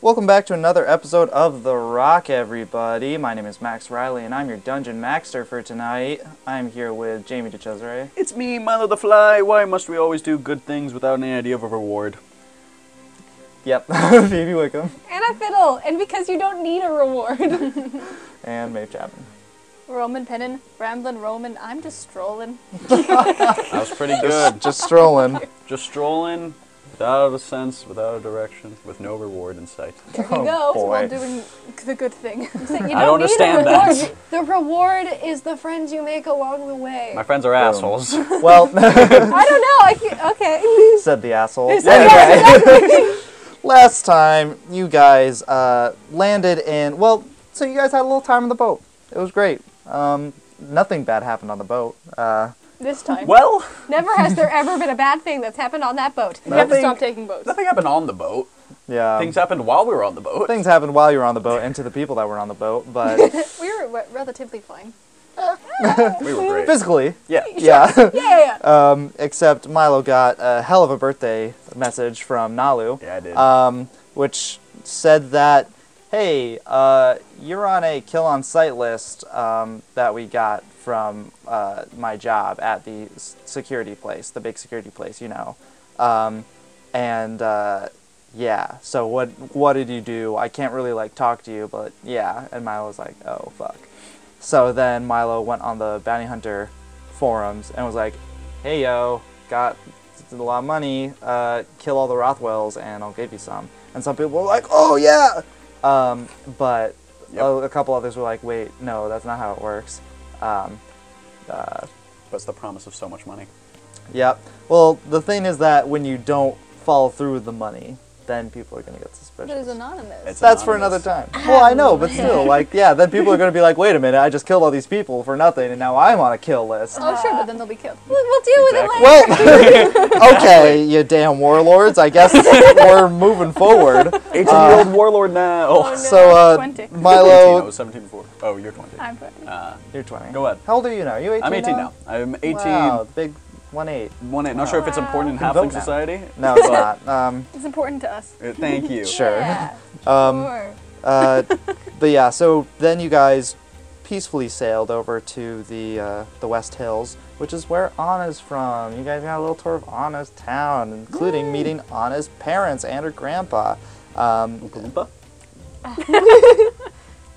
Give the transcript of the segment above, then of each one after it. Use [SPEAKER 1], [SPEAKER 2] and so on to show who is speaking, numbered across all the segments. [SPEAKER 1] Welcome back to another episode of The Rock, everybody. My name is Max Riley, and I'm your Dungeon Maxter for tonight. I'm here with Jamie DeCesare.
[SPEAKER 2] It's me, Milo the Fly. Why must we always do good things without any idea of a reward?
[SPEAKER 1] Yep, Phoebe Wickham.
[SPEAKER 3] And a fiddle, and because you don't need a reward.
[SPEAKER 1] And Maeve Chapman.
[SPEAKER 3] Roman pennin, ramblin' Roman, I'm just strolling.
[SPEAKER 2] That was pretty good.
[SPEAKER 1] Just strolling.
[SPEAKER 2] Just strolling, without a sense, without a direction, with no reward in sight.
[SPEAKER 3] There you
[SPEAKER 1] Oh,
[SPEAKER 3] go.
[SPEAKER 1] boy.
[SPEAKER 3] While doing the good thing.
[SPEAKER 2] I don't understand that.
[SPEAKER 3] The reward is the friends you make along the way.
[SPEAKER 2] My friends are assholes.
[SPEAKER 1] Well,
[SPEAKER 3] I don't know. I can, okay.
[SPEAKER 1] said the asshole.
[SPEAKER 3] Said the
[SPEAKER 1] Anyway. Last time, you guys uh, landed in. Well, so you guys had a little time on the boat. It was great. Um, nothing bad happened on the boat. Uh,
[SPEAKER 3] This time.
[SPEAKER 2] well,
[SPEAKER 3] Never has there ever been a bad thing that's happened on that boat. We have to
[SPEAKER 2] Nothing-
[SPEAKER 3] stop taking boats.
[SPEAKER 2] nothing happened on the boat.
[SPEAKER 1] yeah.
[SPEAKER 2] Things happened while we were on the boat.
[SPEAKER 1] Um, things happened while you were on the boat and to the people that were on the boat, but
[SPEAKER 3] We were re- relatively fine.
[SPEAKER 2] We were great.
[SPEAKER 1] physically,
[SPEAKER 2] Yeah.
[SPEAKER 1] yeah.
[SPEAKER 3] Yeah.
[SPEAKER 2] Uh,
[SPEAKER 1] um, except Milo got a hell of a birthday message from Nalu,
[SPEAKER 2] Yeah, I did.
[SPEAKER 1] um, which said that, hey, uh, you're on a kill on site list um, that we got from uh, my job at the s- security place, the big security place, you know. Um, and uh, yeah, so what what did you do? I can't really like talk to you, but yeah. And Milo's like, oh fuck. So then Milo went on the bounty hunter forums and was like, hey yo, got a lot of money, uh, kill all the Rothwells and I'll give you some. And some people were like, oh yeah. Um, but
[SPEAKER 2] Yep.
[SPEAKER 1] a, a couple others were like, wait, no, that's not how it works. Um, uh,
[SPEAKER 2] What's the promise of so much money?
[SPEAKER 1] Yep. Well, the thing is that when you don't follow through with the money, then people are going to get
[SPEAKER 3] But
[SPEAKER 1] suspicious.
[SPEAKER 3] it was anonymous.
[SPEAKER 2] It's-
[SPEAKER 1] That's for another time. Well, I know, but still, like, yeah, then people are going to be like, wait a minute, I just killed all these people for nothing, and now I'm on a kill list.
[SPEAKER 3] oh, sure, but then they'll be killed. We'll, we'll deal with
[SPEAKER 2] Exactly.
[SPEAKER 3] it later.
[SPEAKER 1] Well, okay, you damn warlords, I guess we're moving forward.
[SPEAKER 2] 18 year old warlord now.
[SPEAKER 3] Oh, no.
[SPEAKER 1] So, uh,
[SPEAKER 3] 20.
[SPEAKER 2] I
[SPEAKER 1] Milo,
[SPEAKER 2] was 17 before. Oh, you're 20.
[SPEAKER 3] I'm fine.
[SPEAKER 2] Uh,
[SPEAKER 1] you're 20.
[SPEAKER 2] Go ahead.
[SPEAKER 1] How old are you now? you 18
[SPEAKER 2] I'm 18 now. I'm 18.
[SPEAKER 1] Wow, big one eight.
[SPEAKER 2] One eight. Not sure if it's important in
[SPEAKER 1] Can vote
[SPEAKER 2] halfling
[SPEAKER 1] now.
[SPEAKER 2] society.
[SPEAKER 1] No, it's not. Um,
[SPEAKER 3] It's important to us.
[SPEAKER 2] Uh, Thank you.
[SPEAKER 1] Sure.
[SPEAKER 3] Yeah,
[SPEAKER 1] um,
[SPEAKER 3] sure.
[SPEAKER 1] Uh, but yeah, so then you guys peacefully sailed over to the uh, the West Hills, which is where Anna's from. You guys got a little tour of Anna's town, including meeting Anna's parents and her grandpa. Um,
[SPEAKER 2] Oompa-loompa.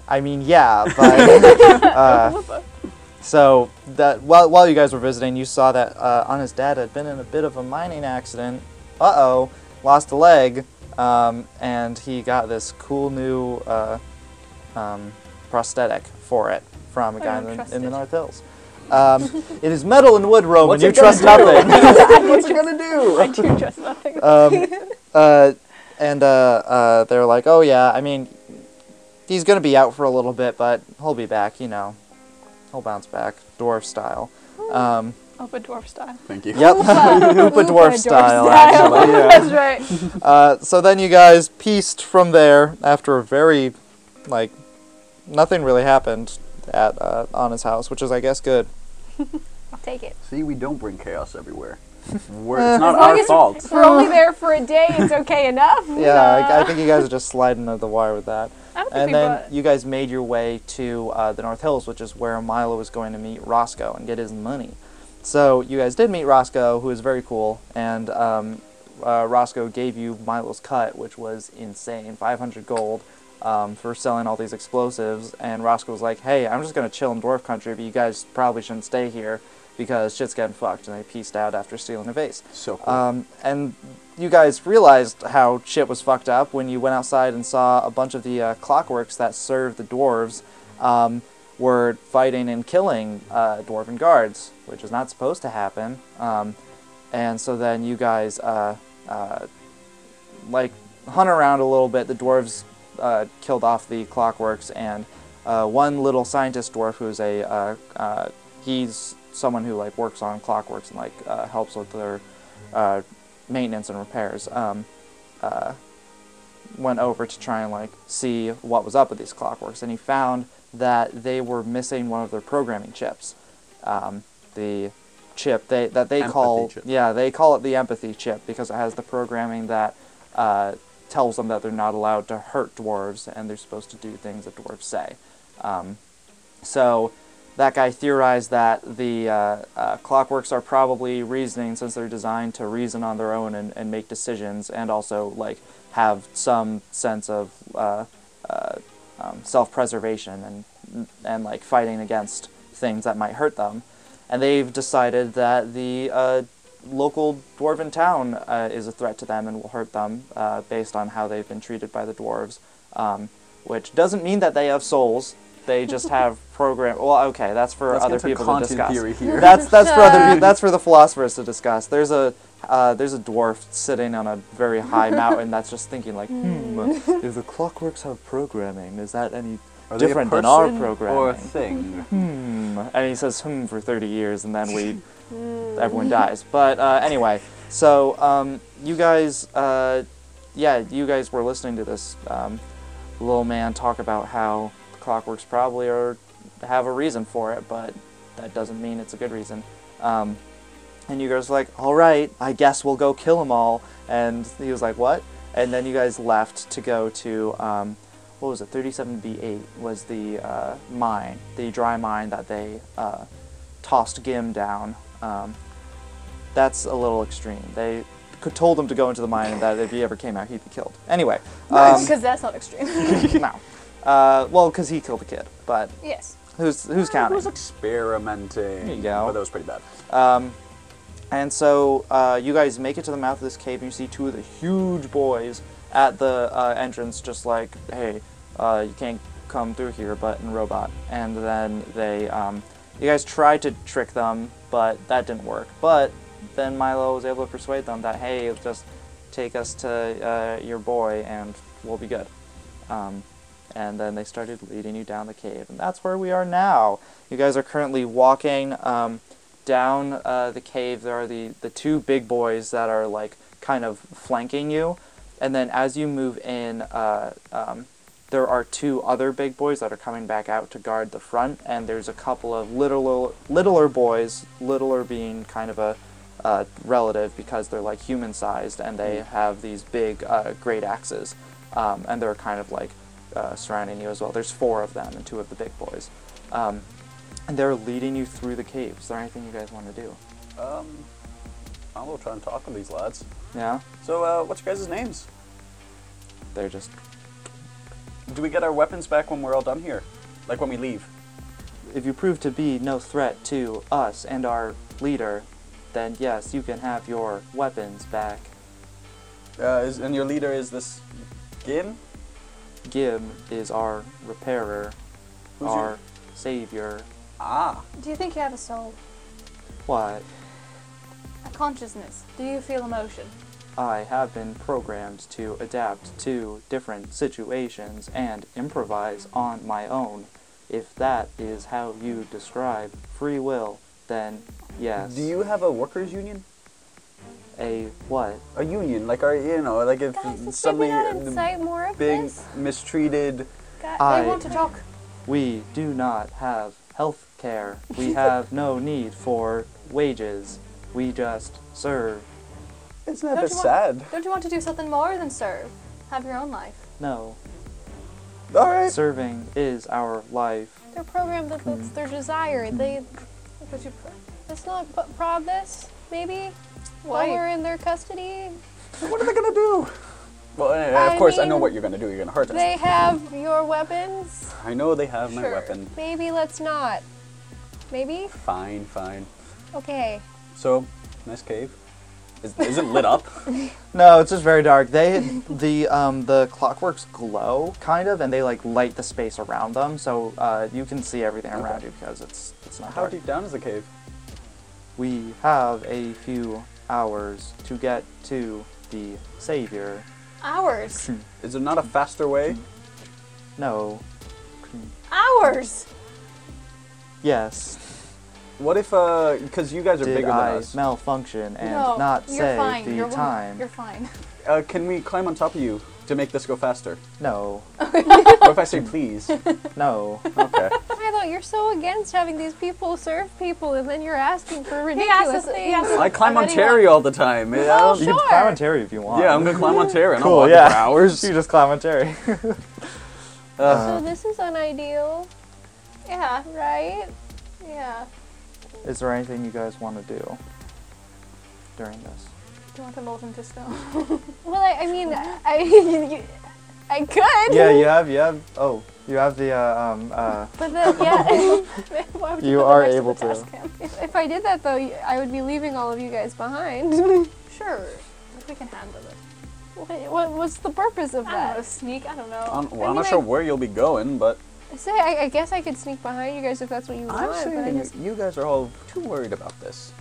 [SPEAKER 1] I mean, yeah, but uh, so that while while you guys were visiting, you saw that uh, Anna's dad had been in a bit of a mining accident. Uh oh, lost a leg, um, and he got this cool new uh, um, prosthetic for it from a
[SPEAKER 3] I
[SPEAKER 1] guy
[SPEAKER 3] don't
[SPEAKER 1] in,
[SPEAKER 3] trust
[SPEAKER 1] the- in the
[SPEAKER 3] it.
[SPEAKER 1] North Hills. Um, it is metal and wood, Roman.
[SPEAKER 2] What's
[SPEAKER 1] you
[SPEAKER 2] it gonna
[SPEAKER 1] trust nothing.
[SPEAKER 2] What's it gonna do?
[SPEAKER 3] I do trust nothing.
[SPEAKER 1] um, uh, and uh, uh, they were like, "Oh yeah, I mean, he's gonna be out for a little bit, but he'll be back. You know, he'll bounce back, dwarf style." Um,
[SPEAKER 3] Open dwarf style.
[SPEAKER 2] Thank you.
[SPEAKER 1] yep, Hoopa
[SPEAKER 3] Hoopa
[SPEAKER 1] dwarf
[SPEAKER 3] dwarf
[SPEAKER 1] style.
[SPEAKER 3] style.
[SPEAKER 1] Actually, yeah.
[SPEAKER 3] That's right.
[SPEAKER 1] Uh, so then you guys pieced from there after a very, like, nothing really happened at uh, Anna's house, which is, I guess, good.
[SPEAKER 3] I'll take it.
[SPEAKER 2] See, we don't bring chaos everywhere. We're, it's
[SPEAKER 1] As
[SPEAKER 2] not
[SPEAKER 3] long
[SPEAKER 2] our
[SPEAKER 3] Uh, as-
[SPEAKER 2] fault.
[SPEAKER 3] If we're only there for a day, it's okay enough.
[SPEAKER 1] Yeah, I, um, I think you guys are just sliding under the wire with that.
[SPEAKER 3] I don't think
[SPEAKER 1] And
[SPEAKER 3] we
[SPEAKER 1] then
[SPEAKER 3] brought-
[SPEAKER 1] you guys made your way to uh, the North Hills, which is where Milo was going to meet Roscoe and get his money. So you guys did meet Roscoe, who is very cool, and um, uh, Roscoe gave you Milo's cut, which was insane 500 gold um, for selling all these explosives. And Roscoe was like, hey, I'm just going to chill in Dwarf Country, but you guys probably shouldn't stay here because shit's getting fucked. And they pieced out after stealing a vase.
[SPEAKER 2] So cool.
[SPEAKER 1] Um, and you guys realized how shit was fucked up when you went outside and saw a bunch of the uh, clockworks that served the dwarves um, were fighting and killing uh, dwarven guards, which is not supposed to happen. Um, and so then you guys, uh, uh, like, hunt around a little bit. The dwarves uh, killed off the clockworks, and uh, one little scientist dwarf who's a uh, uh, he's someone who like works on clockworks and like uh, helps with their uh, maintenance and repairs. Um, uh, went over to try and like see what was up with these clockworks, and he found that they were missing one of their programming chips, um, the chip they that they
[SPEAKER 2] Empathy
[SPEAKER 1] call
[SPEAKER 2] chip.
[SPEAKER 1] yeah they call it the empathy chip because it has the programming that uh, tells them that they're not allowed to hurt dwarves and they're supposed to do things that dwarves say. Um, so that guy theorized that the uh, uh, clockworks are probably reasoning since they're designed to reason on their own and, and make decisions and also like have some sense of uh, uh, um, self-preservation and and like fighting against things that might hurt them. And they've decided that the uh, local dwarven town uh, is a threat to them and will hurt them uh, based on how they've been treated by the dwarves. Um, which doesn't mean that they have souls. They just have program. Well, okay, that's for
[SPEAKER 2] Let's
[SPEAKER 1] other
[SPEAKER 2] get to
[SPEAKER 1] people
[SPEAKER 2] Kantian
[SPEAKER 1] to discuss.
[SPEAKER 2] theory here.
[SPEAKER 1] That's that's for other
[SPEAKER 3] Sure.
[SPEAKER 1] people, that's for the philosophers to discuss. There's a uh, there's a dwarf sitting on a very high mountain that's just thinking like, hmm, if the clockworks have programming, is that any
[SPEAKER 2] Are they a
[SPEAKER 1] different than our
[SPEAKER 2] person
[SPEAKER 1] programming?
[SPEAKER 2] Or a thing.
[SPEAKER 1] hmm. And he says hmm for 30 years, and then we, everyone dies. But uh, anyway, so um, you guys, uh, yeah, you guys were listening to this um, little man talk about how clockworks probably are have a reason for it, but that doesn't mean it's a good reason. Um, and you guys were like, all right, I guess we'll go kill them all. And he was like, what? And then you guys left to go to, um, what was it, 37B8 was the uh, mine, the dry mine that they uh, tossed Gim down. Um, that's a little extreme. They could told him to go into the mine and that if he ever came out, he'd be killed. Anyway, um,
[SPEAKER 3] Because that's not extreme.
[SPEAKER 1] no. Uh, well, because he killed a kid, but
[SPEAKER 3] yes.
[SPEAKER 1] who's who's
[SPEAKER 2] I
[SPEAKER 1] counting?
[SPEAKER 2] was experimenting.
[SPEAKER 1] There you go.
[SPEAKER 2] But that was pretty bad.
[SPEAKER 1] Um, and so uh, you guys make it to the mouth of this cave, and you see two of the huge boys at the uh, entrance, just like, "Hey, uh, you can't come through here," but in robot. And then they, um, you guys tried to trick them, but that didn't work. But then Milo was able to persuade them that, "Hey, just take us to uh, your boy, and we'll be good." Um, and then they started leading you down the cave, and that's where we are now. You guys are currently walking um, down uh, the cave. There are the the two big boys that are like kind of flanking you, and then as you move in, uh, um, there are two other big boys that are coming back out to guard the front, and there's a couple of littler littler boys, littler being kind of a uh, relative because they're like human sized and they have these big uh, great axes, um, and they're kind of like uh, surrounding you as well. There's four of them and two of the big boys, um, and they're leading you through the cave. Is there anything you guys want to do?
[SPEAKER 2] Um, I'm going to try and talk with these lads.
[SPEAKER 1] Yeah,
[SPEAKER 2] So, uh, what's your guys' names?
[SPEAKER 1] they're just
[SPEAKER 2] Do we get our weapons back when we're all done here? Like when we leave?
[SPEAKER 1] if you prove to be no threat to us and our leader, then yes, you can have your weapons back.
[SPEAKER 2] Uh, is, and your leader is this Gim?
[SPEAKER 1] Gim is our repairer,
[SPEAKER 2] Who's your-
[SPEAKER 1] our savior.
[SPEAKER 2] Ah.
[SPEAKER 3] Do you think you have a soul?
[SPEAKER 1] What?
[SPEAKER 3] A consciousness? Do you feel emotion?
[SPEAKER 1] I have been programmed to adapt to different situations and improvise on my own. If that is how you describe free will, then yes.
[SPEAKER 2] Do you have a workers' union?
[SPEAKER 1] a what?
[SPEAKER 2] A union, like our, you know, like
[SPEAKER 1] Mm,
[SPEAKER 2] if
[SPEAKER 3] Guys, let's maybe
[SPEAKER 2] suddenly
[SPEAKER 3] not
[SPEAKER 2] the
[SPEAKER 3] incite more of
[SPEAKER 2] being
[SPEAKER 3] this.
[SPEAKER 2] mistreated.
[SPEAKER 3] Guy,
[SPEAKER 1] I-
[SPEAKER 3] they want to talk.
[SPEAKER 1] We do not have health care. We have no need for wages. We just serve.
[SPEAKER 2] It's not
[SPEAKER 3] Don't
[SPEAKER 2] that
[SPEAKER 3] you want-
[SPEAKER 2] sad.
[SPEAKER 3] Don't you want to do something more than serve? Have your own life.
[SPEAKER 1] No.
[SPEAKER 2] All right.
[SPEAKER 1] Serving is our life.
[SPEAKER 3] They're programmed that that's their desire. They, but you, pro- let's not p- prod this. Maybe
[SPEAKER 4] Why?
[SPEAKER 3] while we're in their custody,
[SPEAKER 2] What are they gonna do? Well, anyway, of
[SPEAKER 3] I
[SPEAKER 2] course, I know
[SPEAKER 3] mean,
[SPEAKER 2] what you're gonna do. You're gonna hurt us.
[SPEAKER 3] they have your weapons.
[SPEAKER 2] I know they have my
[SPEAKER 3] Sure.
[SPEAKER 2] weapon.
[SPEAKER 4] Maybe let's not. Maybe?
[SPEAKER 2] Fine, fine.
[SPEAKER 4] Okay.
[SPEAKER 2] So, nice cave. Is, is it lit up?
[SPEAKER 1] No, it's just very dark. They the um the clockworks glow kind of, and they like light the space around them, so uh, you can see everything around
[SPEAKER 2] Okay.
[SPEAKER 1] you because it's it's not
[SPEAKER 2] How
[SPEAKER 1] dark.
[SPEAKER 2] deep down is the cave?
[SPEAKER 1] We have a few hours to get to the savior.
[SPEAKER 3] Ours.
[SPEAKER 2] Is there not a faster way?
[SPEAKER 1] No,
[SPEAKER 3] Ours.
[SPEAKER 1] yes.
[SPEAKER 2] What if, uh, because you guys are
[SPEAKER 1] Did
[SPEAKER 2] bigger
[SPEAKER 1] I
[SPEAKER 2] than us.
[SPEAKER 1] malfunction and
[SPEAKER 3] no,
[SPEAKER 1] not
[SPEAKER 3] you're
[SPEAKER 1] say
[SPEAKER 3] fine.
[SPEAKER 1] the
[SPEAKER 3] you're wo-
[SPEAKER 1] time?
[SPEAKER 3] You're fine.
[SPEAKER 2] Uh, can we climb on top of you to make this go faster?
[SPEAKER 1] No,
[SPEAKER 2] what if I say please?
[SPEAKER 1] no.
[SPEAKER 2] Okay.
[SPEAKER 4] I thought You're so against having these people serve people, and then you're asking for
[SPEAKER 3] He
[SPEAKER 4] ridiculous
[SPEAKER 3] asked us.
[SPEAKER 4] things.
[SPEAKER 3] He asked us
[SPEAKER 2] I climb
[SPEAKER 3] how
[SPEAKER 2] on
[SPEAKER 3] many
[SPEAKER 2] Terry all the time. man. I
[SPEAKER 4] Oh,
[SPEAKER 2] don't-
[SPEAKER 1] You can
[SPEAKER 4] Sure.
[SPEAKER 1] climb on Terry if you want.
[SPEAKER 2] Yeah, I'm gonna climb on Terry. and I'm
[SPEAKER 1] Cool,
[SPEAKER 2] walking
[SPEAKER 1] yeah.
[SPEAKER 2] for
[SPEAKER 1] You
[SPEAKER 2] hours.
[SPEAKER 1] just climb on Terry.
[SPEAKER 4] so this is unideal,
[SPEAKER 3] wa- Yeah.
[SPEAKER 4] right?
[SPEAKER 3] Yeah.
[SPEAKER 1] Is there anything you guys want to do during this?
[SPEAKER 3] Do you want to mold him to snow?
[SPEAKER 4] Well, I, I mean, I, you- you- I could.
[SPEAKER 1] yeah, you have, you have. Oh, you have the. Uh, um, uh,
[SPEAKER 4] But then, yeah,
[SPEAKER 3] Why would
[SPEAKER 1] You
[SPEAKER 3] put that
[SPEAKER 1] are
[SPEAKER 3] next the
[SPEAKER 1] able to.
[SPEAKER 3] task cam?
[SPEAKER 4] if, if I did that though, y- I would be leaving all of you guys behind.
[SPEAKER 3] Sure. If we can handle it.
[SPEAKER 4] what, what was the purpose of
[SPEAKER 3] I don't know.
[SPEAKER 4] that?
[SPEAKER 3] Sneak. I don't know.
[SPEAKER 2] I'm, well,
[SPEAKER 4] I
[SPEAKER 2] I'm
[SPEAKER 4] mean,
[SPEAKER 2] not sure
[SPEAKER 4] I-
[SPEAKER 2] where you'll be going, but
[SPEAKER 4] Say, I, I guess I could sneak behind you guys if that's what you want. but I just,
[SPEAKER 2] you guys are all too worried about this.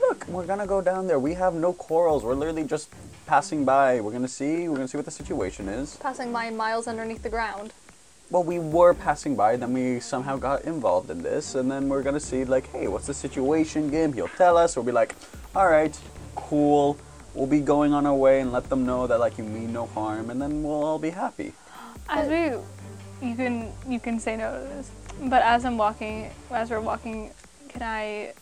[SPEAKER 2] Look, we're gonna go down there. We have no quarrels. We're literally just passing by. We're gonna see. We're gonna see what the situation is.
[SPEAKER 3] Passing by miles underneath the ground.
[SPEAKER 2] Well, we were passing by, then we somehow got involved in this, and then we're gonna see, like, hey, what's the situation, Gim? He'll tell us. We'll be like, all right, cool. We'll be going on our way and let them know that, like, you mean no harm, and then we'll all be happy.
[SPEAKER 5] As we, you can you can say no to this, but as I'm walking, as we're walking, can I?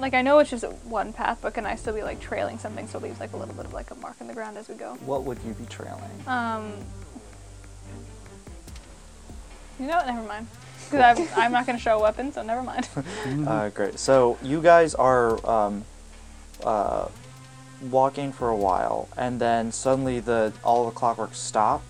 [SPEAKER 5] Like I know it's just one path, but can I still be like trailing something so it leaves like a little bit of like a mark in the ground as we go?
[SPEAKER 1] what would you be trailing?
[SPEAKER 5] Um. You know what? Never mind. Because I'm not going to show a weapon, so never mind.
[SPEAKER 1] Uh, great. So you guys are um, uh, walking for a while, and then suddenly the all the clockworks stop,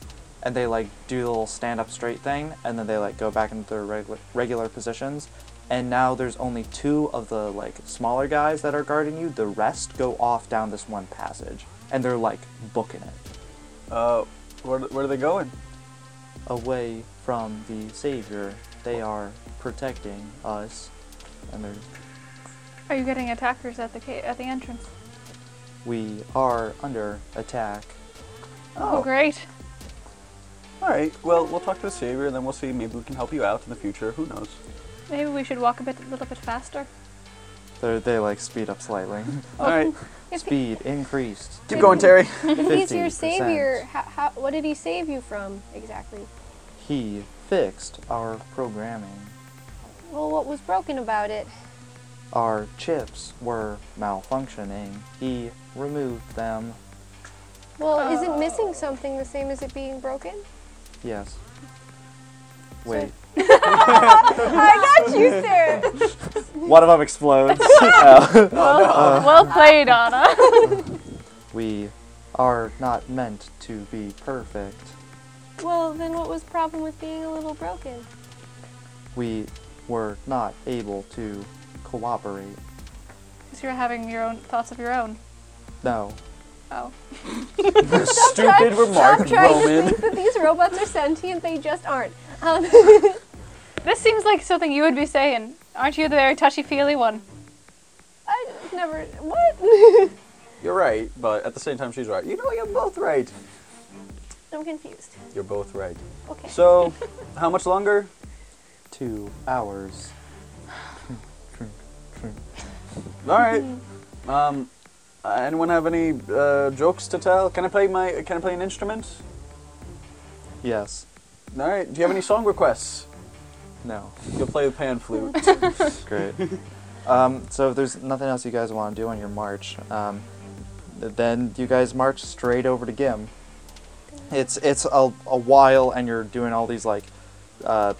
[SPEAKER 1] and they like do the little stand up straight thing, and then they like go back into their regular regular positions. And now there's only two of the like smaller guys that are guarding you. The rest go off down this one passage, and they're like booking it
[SPEAKER 2] Uh, where, where are they going?
[SPEAKER 1] away from the savior. They are protecting us, and they're
[SPEAKER 5] Are you getting attackers at the ca- at the entrance?
[SPEAKER 1] we are under attack.
[SPEAKER 5] Oh, great.
[SPEAKER 2] All right. Well, we'll talk to the savior, and then we'll see. Maybe we can help you out in the future. Who knows?
[SPEAKER 5] Maybe we should walk a bit, a little bit faster.
[SPEAKER 1] They're, they like speed up slightly.
[SPEAKER 4] Oh,
[SPEAKER 2] All right.
[SPEAKER 4] if, he,
[SPEAKER 1] speed increased.
[SPEAKER 2] Keep going, Terry.
[SPEAKER 4] if he's your
[SPEAKER 1] 50%.
[SPEAKER 4] savior, how, how, what did he save you from exactly?
[SPEAKER 1] He fixed our programming.
[SPEAKER 4] Well, what was broken about it?
[SPEAKER 1] Our chips were malfunctioning. He removed them.
[SPEAKER 4] Well, isn't
[SPEAKER 1] Oh.
[SPEAKER 4] missing something the same as it being broken?
[SPEAKER 1] Yes. Wait.
[SPEAKER 4] I got you, sir.
[SPEAKER 1] One of them explodes.
[SPEAKER 5] well played, Anna.
[SPEAKER 1] we are not meant to be perfect.
[SPEAKER 4] well, then what was the problem with being a little broken?
[SPEAKER 1] We were not able to cooperate.
[SPEAKER 5] Because you're having your own thoughts of your own.
[SPEAKER 1] No.
[SPEAKER 5] Oh.
[SPEAKER 2] Stupid
[SPEAKER 4] Trying
[SPEAKER 2] remark,
[SPEAKER 4] to
[SPEAKER 2] Roman.
[SPEAKER 4] think that these robots are sentient, they just aren't. Um,
[SPEAKER 5] This seems like something you would be saying. Aren't you the very touchy feely one?
[SPEAKER 4] I never. What?
[SPEAKER 2] You're right, but at the same time, she's right. You know, you're both right.
[SPEAKER 4] I'm confused.
[SPEAKER 2] You're both right.
[SPEAKER 4] Okay.
[SPEAKER 2] So, how much longer?
[SPEAKER 1] Two hours.
[SPEAKER 2] All right.
[SPEAKER 4] Mm-hmm.
[SPEAKER 2] Um, uh, anyone have any uh, jokes to tell? Can I play my? Can I play an instrument?
[SPEAKER 1] Yes.
[SPEAKER 2] All right. Do you have any song requests?
[SPEAKER 1] No.
[SPEAKER 2] You'll play the pan flute.
[SPEAKER 1] Great. um, so if there's nothing else you guys want to do on your march, um, th- then you guys march straight over to Gim. It's it's a, a while, and you're doing all these like uh,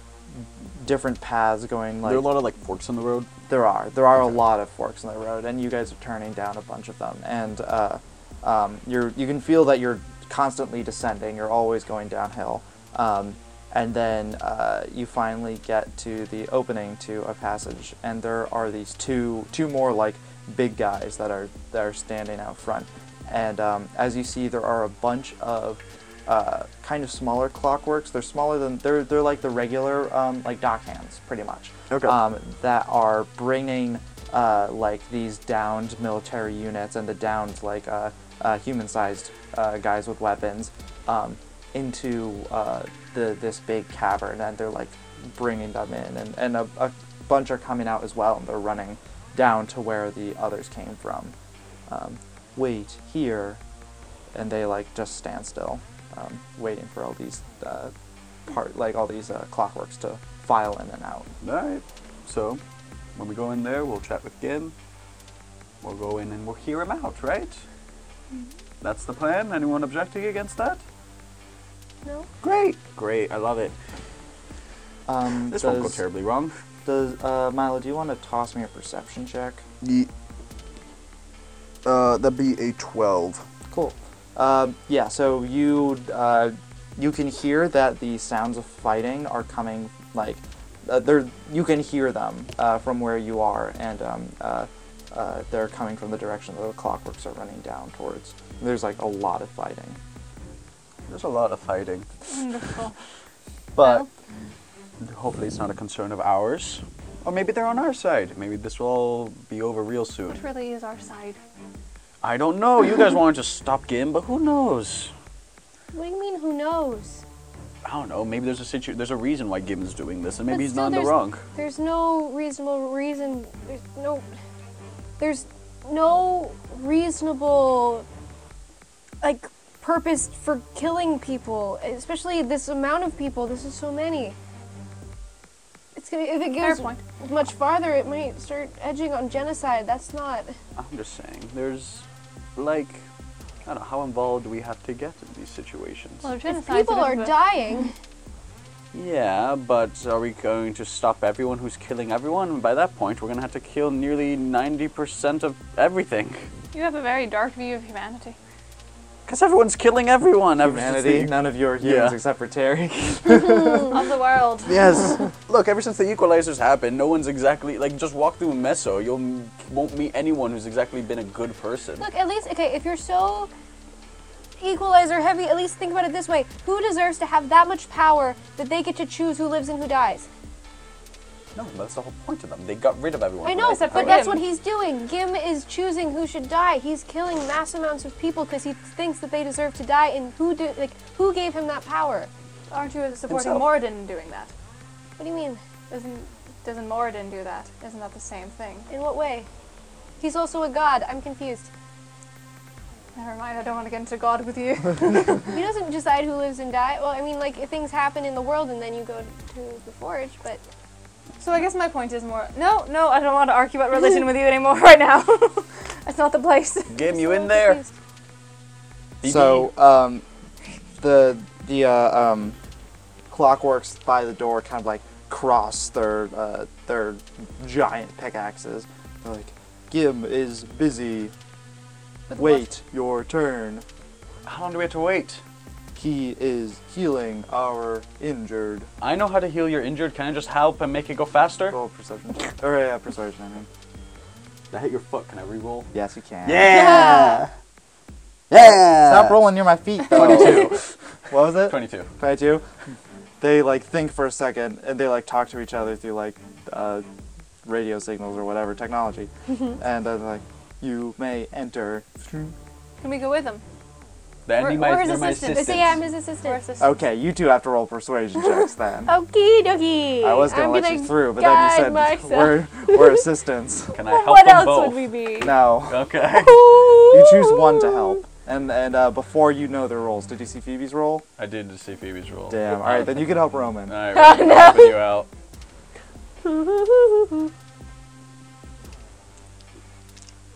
[SPEAKER 1] different paths going like
[SPEAKER 2] there are a lot of like forks in the road.
[SPEAKER 1] there are there are a lot of forks in the road, and you guys are turning down a bunch of them, and uh, um, you're you can feel that you're constantly descending. You're always going downhill, um, and then uh, you finally get to the opening to a passage, and there are these two two more like big guys that are that are standing out front, and um, as you see, there are a bunch of uh, kind of smaller clockworks. They're smaller than they're they're like the regular um, like dock hands, pretty much
[SPEAKER 2] Okay.
[SPEAKER 1] um, that are bringing uh, like these downed military units and the downed like uh, uh, human-sized uh, guys with weapons um, into uh, the this big cavern, and they're like bringing them in, and and a, a bunch are coming out as well, and they're running down to where the others came from. Um, wait here, and they like just stand still, um, waiting for all these uh, part like all these uh, clockworks to file in and out.
[SPEAKER 2] All right. So when we go in there, we'll chat with Gim. We'll go in and we'll hear him out, right? That's the plan. Anyone objecting against that?
[SPEAKER 3] No.
[SPEAKER 2] Great. Great. I love it.
[SPEAKER 1] Um,
[SPEAKER 2] This
[SPEAKER 1] does,
[SPEAKER 2] won't go terribly wrong.
[SPEAKER 1] Does uh, Milo? Do you want to toss me a perception check?
[SPEAKER 2] Uh, that'd be a 12.
[SPEAKER 1] Cool. Um, yeah. So you uh, you can hear that the sounds of fighting are coming like uh, they're you can hear them uh, from where you are, and um, uh, uh, they're coming from the direction that the clockworks are running down towards. There's like a lot of fighting,
[SPEAKER 2] There's a lot of fighting.
[SPEAKER 5] Wonderful.
[SPEAKER 2] But hopefully it's not a concern of ours. Or maybe they're on our side. Maybe this will all be over real soon.
[SPEAKER 5] Which really is our side.
[SPEAKER 2] I don't know. You guys want to just stop Gim, but who knows?
[SPEAKER 3] What do you mean? Who knows?
[SPEAKER 2] I don't know. Maybe there's a situ- there's a reason why Gim's doing this, and maybe
[SPEAKER 3] But
[SPEAKER 2] he's
[SPEAKER 3] still
[SPEAKER 2] not in the
[SPEAKER 3] there's-
[SPEAKER 2] wrong.
[SPEAKER 3] There's no reasonable reason. There's no. There's no reasonable, like, purpose for killing people, especially this amount of people. This is so many. It's gonna, if it
[SPEAKER 5] Fair
[SPEAKER 3] goes
[SPEAKER 5] point.
[SPEAKER 3] much farther, it might start edging on genocide. That's not.
[SPEAKER 2] I'm just saying. There's like I don't know how involved we have to get in these situations.
[SPEAKER 5] Well,
[SPEAKER 3] If
[SPEAKER 5] genocide's
[SPEAKER 3] people
[SPEAKER 5] a bit
[SPEAKER 3] are
[SPEAKER 5] of a-
[SPEAKER 3] dying.
[SPEAKER 2] Yeah, but are we going to stop everyone who's killing everyone? And by that point, we're gonna have to kill nearly 90% of everything.
[SPEAKER 5] You have a very dark view of humanity.
[SPEAKER 2] Because everyone's killing everyone. ever since
[SPEAKER 1] humanity.
[SPEAKER 2] the-
[SPEAKER 1] None of you are humans
[SPEAKER 2] Yeah.
[SPEAKER 1] except for Terry.
[SPEAKER 5] of the world.
[SPEAKER 2] Yes. Look, ever since the equalizers happened, no one's exactly like just walk through Meso. You won't meet anyone who's exactly been a good person.
[SPEAKER 3] Look, at least okay. If you're so equalizer heavy, at least think about it this way: Who deserves to have that much power that they get to choose who lives and who dies?
[SPEAKER 2] No, that's the whole point of them. They got rid of everyone.
[SPEAKER 3] I
[SPEAKER 2] who
[SPEAKER 3] know,
[SPEAKER 2] had
[SPEAKER 3] but
[SPEAKER 5] for
[SPEAKER 2] power.
[SPEAKER 3] that's
[SPEAKER 5] him.
[SPEAKER 3] what he's doing. Gim is choosing who should die. He's killing mass amounts of people because he thinks that they deserve to die. And who do like who gave him that power?
[SPEAKER 5] Aren't you supporting
[SPEAKER 2] Himself.
[SPEAKER 5] Moradin doing that?
[SPEAKER 3] What do you mean?
[SPEAKER 5] Isn't doesn't Moradin do that? Isn't that the same thing?
[SPEAKER 3] In what way? He's also a god. I'm confused.
[SPEAKER 5] Never mind. I don't want to get into God with you.
[SPEAKER 3] He doesn't decide who lives and die. Well, I mean, like things happen in the world, and then you go to the forge. But
[SPEAKER 5] so I guess my point is more. No, no. I don't want to argue about religion with you anymore right now. That's not the place.
[SPEAKER 2] Gim, you in there?
[SPEAKER 1] So um, the the uh, um, clockworks by the door kind of like cross their uh, their giant pickaxes. They're like, Gim is busy. Wait your turn.
[SPEAKER 2] How long do we have to wait?
[SPEAKER 1] He is healing our injured.
[SPEAKER 2] I know how to heal your injured. Can I just help and make it go faster?
[SPEAKER 1] Roll perception. check. or yeah, perception. I mean,
[SPEAKER 2] I hit your foot. Can I re-roll?
[SPEAKER 1] yes, you can.
[SPEAKER 2] Yeah.
[SPEAKER 1] Stop rolling near my feet. Twenty-two. what was it?
[SPEAKER 2] Twenty-two.
[SPEAKER 1] I do. They like think for a second and they like talk to each other through like uh, radio signals or whatever technology,
[SPEAKER 3] Mm-hmm.
[SPEAKER 1] and then like you may enter.
[SPEAKER 5] Can we go with him?
[SPEAKER 2] Then
[SPEAKER 5] We're-
[SPEAKER 2] he might.
[SPEAKER 5] we're his
[SPEAKER 2] they're my
[SPEAKER 5] assistant.
[SPEAKER 2] assistants.
[SPEAKER 3] so yeah, I'm his assistant.
[SPEAKER 1] Okay, you two have to roll persuasion checks then.
[SPEAKER 3] Okie dokie.
[SPEAKER 1] I was gonna
[SPEAKER 3] I'm
[SPEAKER 1] let
[SPEAKER 3] gonna
[SPEAKER 1] you through, but then you said
[SPEAKER 3] guide myself.
[SPEAKER 1] we're we're assistants.
[SPEAKER 2] Can I help
[SPEAKER 3] what
[SPEAKER 2] them
[SPEAKER 3] else
[SPEAKER 2] both?
[SPEAKER 3] would we be?
[SPEAKER 1] No,
[SPEAKER 2] Okay.
[SPEAKER 1] you choose one to help, and and uh, before you know the rolls, did you see Phoebe's roll?
[SPEAKER 2] I did just see Phoebe's roll.
[SPEAKER 1] Damn. All right, then you can help Roman.
[SPEAKER 2] All right. we're gonna help you out.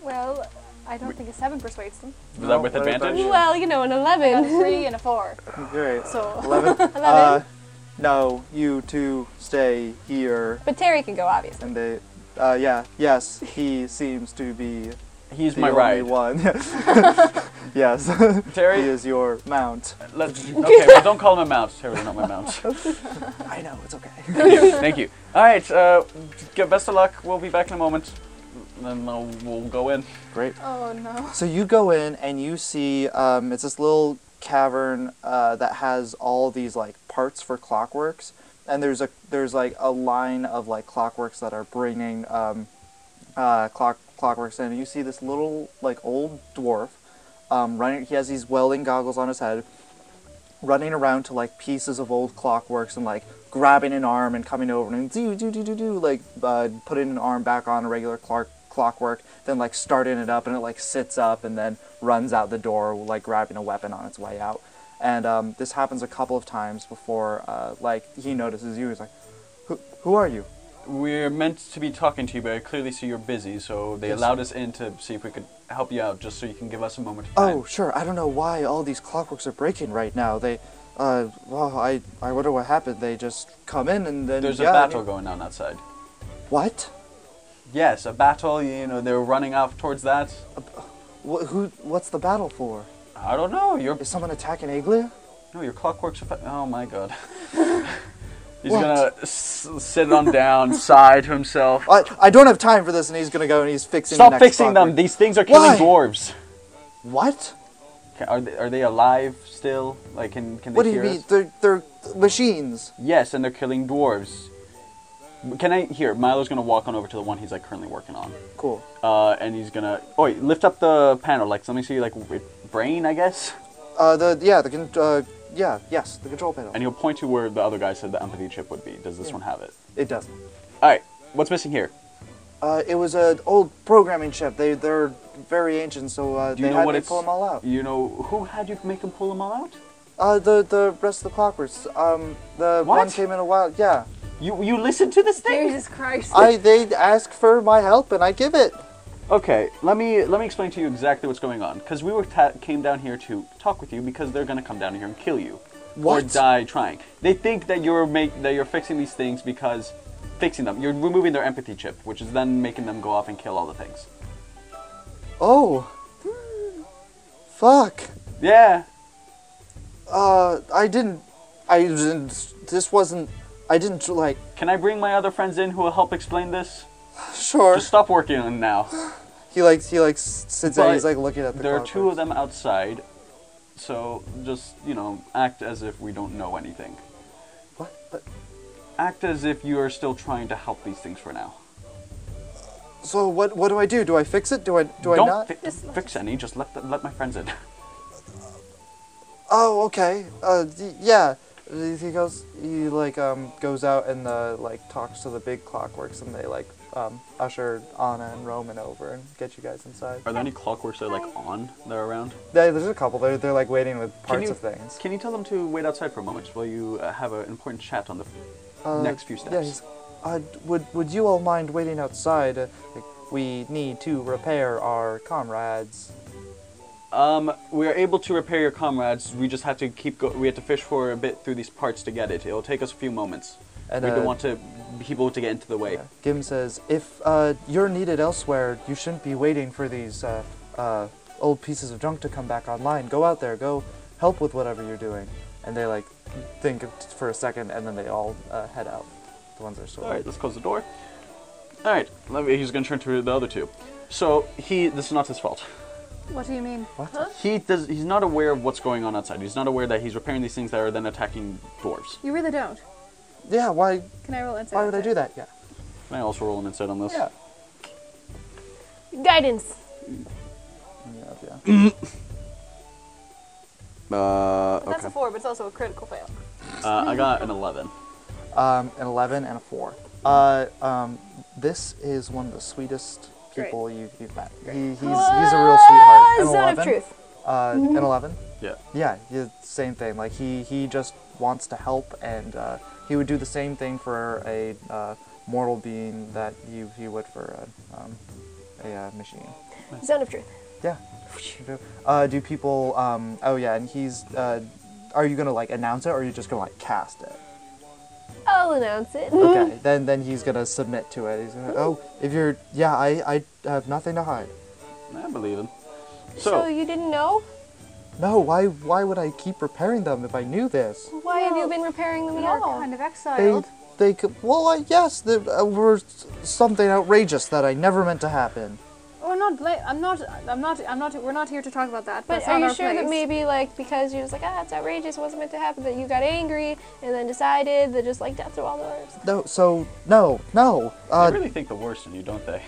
[SPEAKER 5] Well, I don't think a seven persuades them.
[SPEAKER 2] Was
[SPEAKER 1] No,
[SPEAKER 2] that with
[SPEAKER 1] what about
[SPEAKER 2] advantage?
[SPEAKER 1] you?
[SPEAKER 3] Well, you know, an
[SPEAKER 5] A
[SPEAKER 3] 11.
[SPEAKER 5] three and a four.
[SPEAKER 1] Great.
[SPEAKER 5] So
[SPEAKER 1] Eleven. Uh, no, you two stay here.
[SPEAKER 5] But Terry can go, obviously.
[SPEAKER 1] And they, uh, yeah, yes, he seems to be
[SPEAKER 2] He's
[SPEAKER 1] the
[SPEAKER 2] my
[SPEAKER 1] only
[SPEAKER 2] ride.
[SPEAKER 1] one. yes, he
[SPEAKER 2] Terry.
[SPEAKER 1] is your mount.
[SPEAKER 2] Let's, okay, well, don't call him a mount. Terry's not my mount.
[SPEAKER 1] I know, it's okay.
[SPEAKER 2] Thank you. Thank you. All right. Uh, g- best of luck. We'll be back in a moment. Then we'll, we'll go in.
[SPEAKER 1] Great.
[SPEAKER 5] Oh no.
[SPEAKER 1] So you go in and you see um, it's this little cavern uh, that has all these like parts for clockworks, and there's a there's like a line of like clockworks that are bringing um, uh, clock clockworks in. And you see this little like old dwarf um, running. He has these welding goggles on his head, running around to like pieces of old clockworks and like grabbing an arm and coming over and do do do do do like uh, putting an arm back on a regular clock clockwork, then like starting it up and it like sits up and then runs out the door like grabbing a weapon on its way out. And um, this happens a couple of times before, uh, like, he notices you. He's like, who, who are you?
[SPEAKER 2] We're meant to be talking to you, but I clearly see you're busy, so they
[SPEAKER 1] Yes.
[SPEAKER 2] allowed us in to see if we could help you out, just so you can give us a moment. of
[SPEAKER 1] Oh,
[SPEAKER 2] time.
[SPEAKER 1] sure. I don't know why all these clockworks are breaking right now. They, uh, well, I, I wonder what happened. They just come in and then.
[SPEAKER 2] there's
[SPEAKER 1] yeah,
[SPEAKER 2] a battle going on outside.
[SPEAKER 1] What?
[SPEAKER 2] Yes, a battle. You know, they're running off towards that.
[SPEAKER 1] Wh- who? What's the battle for?
[SPEAKER 2] I don't know. You're
[SPEAKER 1] Is someone attacking Aglia?
[SPEAKER 2] no, your clockwork's. a fa- Oh my god. He's
[SPEAKER 1] What?
[SPEAKER 2] gonna s- sit on down, sigh to himself.
[SPEAKER 1] I, I don't have time for this, and he's gonna go and he's fixing. the
[SPEAKER 2] Stop
[SPEAKER 1] next
[SPEAKER 2] fixing them.
[SPEAKER 1] clockwork.
[SPEAKER 2] These things are killing
[SPEAKER 1] Why?
[SPEAKER 2] dwarves.
[SPEAKER 1] What?
[SPEAKER 2] Ca are they, are they alive still? Like, can can they
[SPEAKER 1] What do you
[SPEAKER 2] hear
[SPEAKER 1] mean?
[SPEAKER 2] us?
[SPEAKER 1] They're they're machines.
[SPEAKER 2] Yes, and they're killing dwarves. Can I here? Milo's gonna walk on over to the one he's like currently working on,
[SPEAKER 1] Cool.
[SPEAKER 2] uh, and he's gonna. Oh, wait, lift up the panel. Like, let me see. Like, w- brain, I guess.
[SPEAKER 1] Uh, the yeah the con- uh yeah yes the control panel.
[SPEAKER 2] And he'll point to where the other guy said the empathy chip would be. Does this
[SPEAKER 1] Yeah.
[SPEAKER 2] one have it?
[SPEAKER 1] It doesn't.
[SPEAKER 2] All right. What's missing here?
[SPEAKER 1] Uh, it was an old programming chip. They they're very ancient, so uh,
[SPEAKER 2] Do
[SPEAKER 1] they
[SPEAKER 2] you know
[SPEAKER 1] had
[SPEAKER 2] what
[SPEAKER 1] to
[SPEAKER 2] it's?
[SPEAKER 1] pull them all out.
[SPEAKER 2] You know who had you make him pull them all out?
[SPEAKER 1] Uh, the the rest of the clockworks. Um, the one
[SPEAKER 2] What?
[SPEAKER 1] came in a while. Yeah,
[SPEAKER 2] You you listened to this thing?
[SPEAKER 4] Jesus Christ.
[SPEAKER 1] I they ask for my help and I give it.
[SPEAKER 2] Okay, let me let me explain to you exactly what's going on. Because we were ta- came down here to talk with you because they're gonna come down here and kill you or
[SPEAKER 1] What?
[SPEAKER 2] die trying. They think that you're make that you're fixing these things because fixing them. You're removing their empathy chip, which is then making them go off and kill all the things.
[SPEAKER 1] Oh, fuck.
[SPEAKER 2] Yeah,
[SPEAKER 1] Uh, I didn't. I didn't. This wasn't. I didn't like.
[SPEAKER 2] can I bring my other friends in who will help explain this?
[SPEAKER 1] Sure.
[SPEAKER 2] Just stop working on it now.
[SPEAKER 1] He likes. He like s- sits there.
[SPEAKER 2] But
[SPEAKER 1] He's like looking at the.
[SPEAKER 2] there are two
[SPEAKER 1] clockworks.
[SPEAKER 2] of them outside, so just you know act as if we don't know anything.
[SPEAKER 1] What? What?
[SPEAKER 2] Act as if you are still trying to help these things for now.
[SPEAKER 1] So what? What do I do? Do I fix it? Do I? Do I
[SPEAKER 2] not
[SPEAKER 1] not?
[SPEAKER 2] fi-
[SPEAKER 5] Just-
[SPEAKER 2] fix any. Just let the, let my friends in.
[SPEAKER 1] oh, okay. Uh, y- yeah. He he goes. He like um goes out and uh like talks to the big clockworks and they like um usher Anna and Roman over and get you guys inside.
[SPEAKER 2] Are there any clockworks that are like on that are around?
[SPEAKER 1] They, there's a couple. They're they're like waiting with parts
[SPEAKER 2] you,
[SPEAKER 1] of things.
[SPEAKER 2] Can you tell them to wait outside for a moment while you uh, have an important chat on the
[SPEAKER 1] Uh,
[SPEAKER 2] next few steps?
[SPEAKER 1] Yeah, he's, uh, would would you all mind waiting outside? Uh, like, we need to repair our comrades.
[SPEAKER 2] Um, we are able to repair your comrades. We just have to keep. Go- we have to fish for a bit through these parts to get it. It'll take us a few moments.
[SPEAKER 1] And,
[SPEAKER 2] we don't
[SPEAKER 1] uh,
[SPEAKER 2] want to people to get into the way.
[SPEAKER 1] Yeah. Gim says, if uh, you're needed elsewhere, you shouldn't be waiting for these uh, uh, old pieces of junk to come back online. Go out there, go help with whatever you're doing. And they like think of- for a second, and then they all uh, head out. The ones that are still.
[SPEAKER 2] All right, let's close the door. All right, let me, he's going to turn to the other two. So he, this is not his fault.
[SPEAKER 5] What do you mean?
[SPEAKER 1] What?
[SPEAKER 2] He does. He's not aware of what's going on outside. He's not aware that he's repairing these things that are then attacking dwarves.
[SPEAKER 5] You really don't.
[SPEAKER 1] Yeah. Why?
[SPEAKER 5] Can I roll insight?
[SPEAKER 1] Why would I do that? Yeah.
[SPEAKER 2] Can I also roll an insight on this?
[SPEAKER 1] Yeah.
[SPEAKER 4] Guidance.
[SPEAKER 1] Yeah. yeah.
[SPEAKER 2] Uh,
[SPEAKER 3] That's
[SPEAKER 2] okay.
[SPEAKER 3] a four, but it's also a critical fail.
[SPEAKER 2] Uh, I got an 11.
[SPEAKER 1] um, an 11 and a 4. Uh, um, this is one of the sweetest people you, you've met. He, he's, he's a real sweetheart. An
[SPEAKER 4] Zone of
[SPEAKER 1] 11,
[SPEAKER 4] truth.
[SPEAKER 1] Uh, an 11?
[SPEAKER 2] Yeah.
[SPEAKER 1] Yeah, yeah, same thing. Like, he, he just wants to help, and uh, he would do the same thing for a uh, mortal being that you, he would for a, um, a uh, machine.
[SPEAKER 4] Zone of truth.
[SPEAKER 1] Yeah. Uh, do people, um, oh yeah, and he's, uh, are you gonna like announce it or are you just gonna like cast it?
[SPEAKER 4] I'll announce it.
[SPEAKER 1] Okay, then then he's gonna submit to it. He's gonna, oh, if you're, yeah, I I have nothing to hide.
[SPEAKER 2] I believe him.
[SPEAKER 4] So,
[SPEAKER 2] So,
[SPEAKER 4] you didn't know?
[SPEAKER 1] No, why why would I keep repairing them if I knew this?
[SPEAKER 4] Why have you been repairing them at
[SPEAKER 5] We are
[SPEAKER 4] all?
[SPEAKER 5] kind of
[SPEAKER 1] They
[SPEAKER 5] exiled.
[SPEAKER 1] they could, well, I, yes, there uh, were s- something outrageous that I never meant to happen.
[SPEAKER 5] We're not. Bla- Oh, I'm not. I'm not. I'm not. We're not here to talk about that.
[SPEAKER 4] But
[SPEAKER 5] That's
[SPEAKER 4] are
[SPEAKER 5] not
[SPEAKER 4] you
[SPEAKER 5] our
[SPEAKER 4] sure that
[SPEAKER 5] place.
[SPEAKER 4] maybe like because you're just like ah it's outrageous wasn't meant to happen that you got angry and then decided that just like death to all doors.
[SPEAKER 1] No, so no, no.
[SPEAKER 2] they
[SPEAKER 1] Uh,
[SPEAKER 2] really think the worst in you, don't they?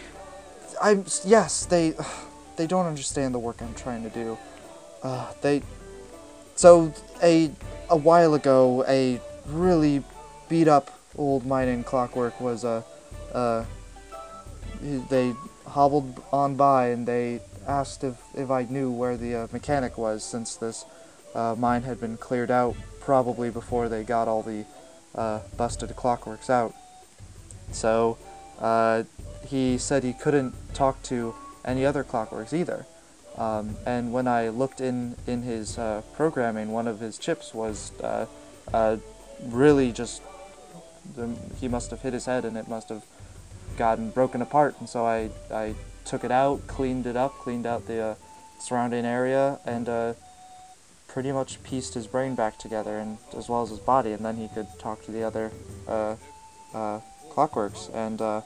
[SPEAKER 1] I'm s- yes, they they don't understand the work I'm trying to do. Uh, they so a a while ago, a really beat up old mining clockwork was uh, uh, he- they hobbled on by and they asked if if I knew where the uh, mechanic was since this Uh, mine had been cleared out probably before they got all the uh, busted clockworks out. So uh, he said he couldn't talk to any other clockworks either. Um, and when I looked in in his uh, programming, one of his chips was uh, uh, really just the- he must have hit his head and it must have gotten broken apart. And so I I took it out, cleaned it up, cleaned out the uh, surrounding area, and uh, pretty much pieced his brain back together and as well as his body. And then he could talk to the other uh, uh, clockworks and. Uh,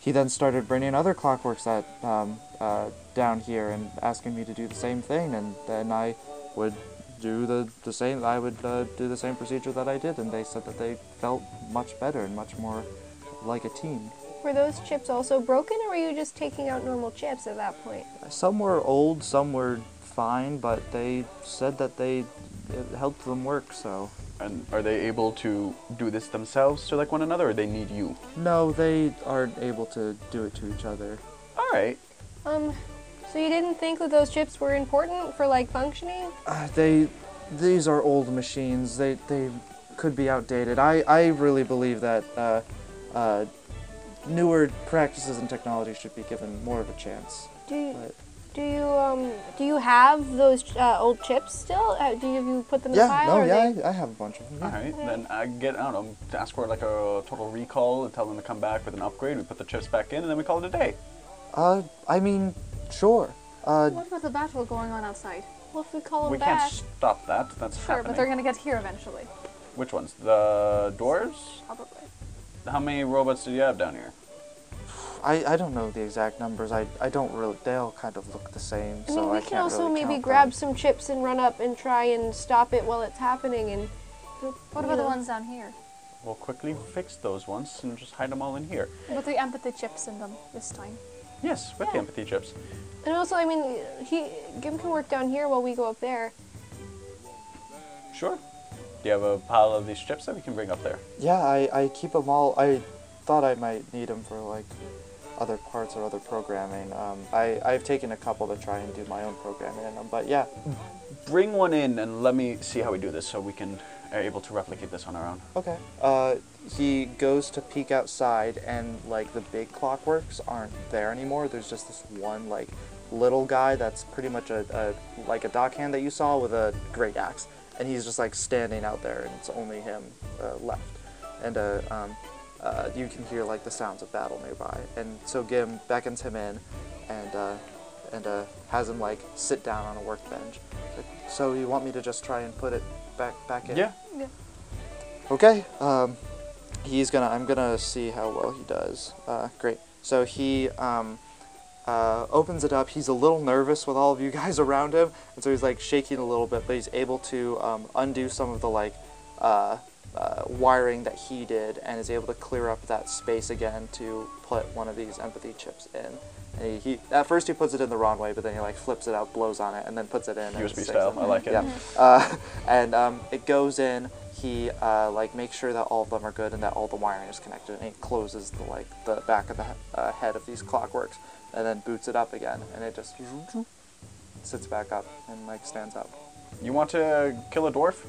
[SPEAKER 1] he then started bringing other clockworks that um, uh, down here and asking me to do the same thing, and then I would do the, the same. I would uh, do the same procedure that I did, and they said that they felt much better and much more like a team.
[SPEAKER 4] Were those chips also broken, or were you just taking out normal chips at that point?
[SPEAKER 1] Some were old, some were fine, but they said that they it helped them work. So
[SPEAKER 2] And are they able to do this themselves to like one another, or they need you?
[SPEAKER 1] no, they aren't able to do it to each other.
[SPEAKER 2] All right.
[SPEAKER 4] Um, so you didn't think that those chips were important for like functioning?
[SPEAKER 1] Uh, they, these are old machines. They they could be outdated. I I really believe that uh, uh, newer practices and technology should be given more of a chance.
[SPEAKER 4] Do you,
[SPEAKER 1] But
[SPEAKER 4] do you um do you have those uh, old chips still? Uh, do you, have you put them in a
[SPEAKER 1] yeah,
[SPEAKER 4] pile?
[SPEAKER 1] no,
[SPEAKER 4] or
[SPEAKER 1] yeah,
[SPEAKER 4] They...
[SPEAKER 1] I, I have a bunch of them.
[SPEAKER 2] All
[SPEAKER 1] yeah.
[SPEAKER 2] right. Then I get I don't know. Ask for like a total recall and tell them to come back with an upgrade. We put the chips back in, and then we call it a day.
[SPEAKER 1] Uh, I mean, sure. Uh,
[SPEAKER 5] What about the battle going on outside?
[SPEAKER 4] Well, if we call them
[SPEAKER 2] we
[SPEAKER 4] back,
[SPEAKER 2] can't stop that. That's
[SPEAKER 5] Sure,
[SPEAKER 2] happening.
[SPEAKER 5] but they're gonna get here eventually,
[SPEAKER 2] Which ones? The dwarves?
[SPEAKER 5] probably.
[SPEAKER 2] How many robots do you have down here?
[SPEAKER 1] I, I don't know the exact numbers. I, I don't really. They all kind of look the same,
[SPEAKER 4] I mean,
[SPEAKER 1] so
[SPEAKER 4] we
[SPEAKER 1] I
[SPEAKER 4] can
[SPEAKER 1] can't
[SPEAKER 4] also
[SPEAKER 1] really
[SPEAKER 4] maybe
[SPEAKER 1] count
[SPEAKER 4] grab
[SPEAKER 1] them.
[SPEAKER 4] some chips and run up and try and stop it while it's happening. And
[SPEAKER 5] What
[SPEAKER 4] you
[SPEAKER 5] about the
[SPEAKER 4] know.
[SPEAKER 5] ones down here?
[SPEAKER 2] We'll quickly fix those ones and just hide them all in here.
[SPEAKER 5] With the empathy chips in them this time.
[SPEAKER 2] Yes, with the
[SPEAKER 4] Yeah.
[SPEAKER 2] empathy chips.
[SPEAKER 4] And also, I mean, he Gim can work down here while we go up there.
[SPEAKER 2] Sure. Do you have a pile of these chips that we can bring up there?
[SPEAKER 1] Yeah, I, I keep them all. I thought I might need them for like other parts or other programming. Um, I, I've taken a couple to try and do my own programming in them, but yeah.
[SPEAKER 2] Bring one in and let me see how we do this so we can are able to replicate this on our own.
[SPEAKER 1] Okay. Uh, he goes to peek outside, and like the big clockworks aren't there anymore. There's just this one like little guy that's pretty much a, a like a dockhand that you saw with a great axe, and he's just like standing out there, and it's only him uh, left. And uh, um, uh, you can hear like the sounds of battle nearby, and so Gim beckons him in, and uh, and uh, has him like sit down on a workbench. Like, so you want me to just try and put it back back in?
[SPEAKER 2] Yeah.
[SPEAKER 1] Okay. Um, he's gonna. I'm gonna see how well he does. Uh, great. So he um, uh, opens it up. He's a little nervous with all of you guys around him, and so he's like shaking a little bit. But he's able to um, undo some of the like uh, uh, wiring that he did, and is able to clear up that space again to put one of these empathy chips in. And he, he at first he puts it in the wrong way, but then he like flips it out, blows on it, and then puts it in. and it
[SPEAKER 2] USB
[SPEAKER 1] sticks.
[SPEAKER 2] style. I like it.
[SPEAKER 1] Yeah. Uh, and um, it goes in. He uh, like makes sure that all of them are good and that all the wiring is connected, and he closes the like the back of the he- uh, head of these clockworks, and then boots it up again, and it just sits back up and like stands up.
[SPEAKER 2] You want to kill a dwarf?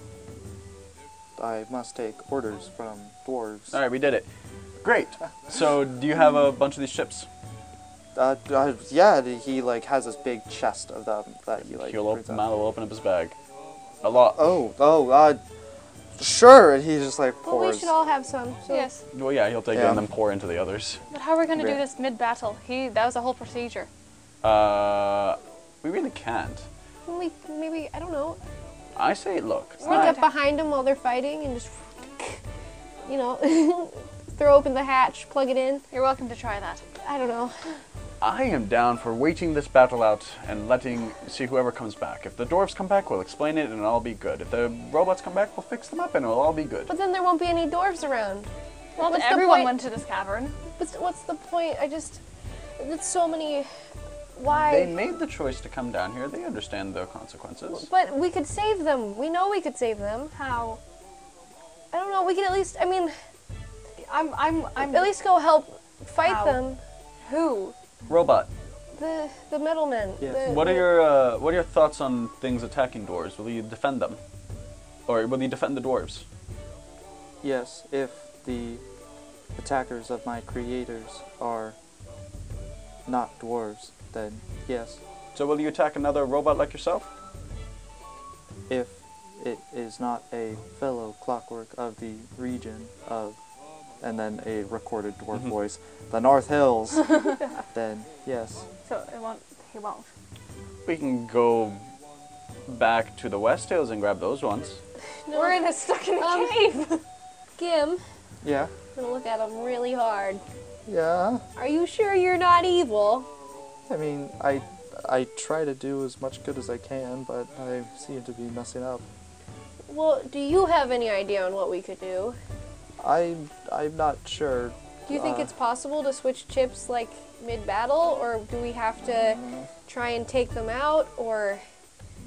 [SPEAKER 1] I must take orders from dwarves.
[SPEAKER 2] All right, we did it. Great. So, do you have a bunch of these chips?
[SPEAKER 1] Uh, d- uh, yeah, d- he like has this big chest of them that he like.
[SPEAKER 2] He'll
[SPEAKER 1] brings
[SPEAKER 2] open,
[SPEAKER 1] out.
[SPEAKER 2] Mal will open up his bag. A lot.
[SPEAKER 1] Oh, oh, uh, sure. And he just like
[SPEAKER 4] Well,
[SPEAKER 1] pours.
[SPEAKER 4] we should all have some. So
[SPEAKER 5] Yes,
[SPEAKER 2] Well, yeah, he'll take it
[SPEAKER 1] Yeah.
[SPEAKER 2] and then pour into the others.
[SPEAKER 5] but how are we gonna
[SPEAKER 1] Yeah.
[SPEAKER 5] do this mid-battle? He that was a whole procedure.
[SPEAKER 2] Uh, we really can't.
[SPEAKER 4] Can we maybe I don't know
[SPEAKER 2] I say, look. it's
[SPEAKER 4] sneak
[SPEAKER 2] not-
[SPEAKER 4] up behind them while they're fighting and just you know throw open the hatch, plug it in.
[SPEAKER 5] You're welcome to try that.
[SPEAKER 4] I don't know.
[SPEAKER 2] I am down for waiting this battle out and letting see whoever comes back. If the dwarves come back, we'll explain it and it'll all be good. If the robots come back, we'll fix them up and it'll all be good.
[SPEAKER 4] But then there won't be any dwarves around.
[SPEAKER 5] Well,
[SPEAKER 4] What's the
[SPEAKER 5] everyone
[SPEAKER 4] point?
[SPEAKER 5] went to this cavern.
[SPEAKER 4] But what's the point? I just that's so many. Why?
[SPEAKER 2] They made the choice to come down here. They understand the consequences.
[SPEAKER 4] But we could save them. We know we could save them.
[SPEAKER 5] How?
[SPEAKER 4] I don't know. We could at least. I mean,
[SPEAKER 5] I'm I'm I'm
[SPEAKER 4] at least go help fight
[SPEAKER 5] How?
[SPEAKER 4] them.
[SPEAKER 5] who?
[SPEAKER 2] Robot,
[SPEAKER 3] the the middlemen. the-
[SPEAKER 2] What are
[SPEAKER 3] the-
[SPEAKER 2] your uh, What are your thoughts on things attacking dwarves? Will you defend them, or will you defend the dwarves?
[SPEAKER 1] Yes, if the attackers of my creators are not dwarves, then yes.
[SPEAKER 2] So will you attack another robot like yourself?
[SPEAKER 1] If it is not a fellow clockwork of the region of, and then a recorded dwarf
[SPEAKER 2] Mhm.
[SPEAKER 1] voice, the North Hills, then yes.
[SPEAKER 5] So it won't. He won't.
[SPEAKER 2] We can go back to the West Hills and grab those ones.
[SPEAKER 3] No,
[SPEAKER 5] We're in a stuck in a
[SPEAKER 3] Um,
[SPEAKER 5] cave.
[SPEAKER 3] Gim, I'm
[SPEAKER 1] Yeah.
[SPEAKER 3] gonna look at him really hard.
[SPEAKER 1] Yeah.
[SPEAKER 3] Are you sure you're not evil?
[SPEAKER 1] I mean, I I try to do as much good as I can, but I seem to be messing up.
[SPEAKER 3] Well, do you have any idea on what we could do?
[SPEAKER 1] I I'm not sure.
[SPEAKER 3] Do you think
[SPEAKER 1] Uh,
[SPEAKER 3] it's possible to switch chips like mid battle, or do we have to try and take them out? Or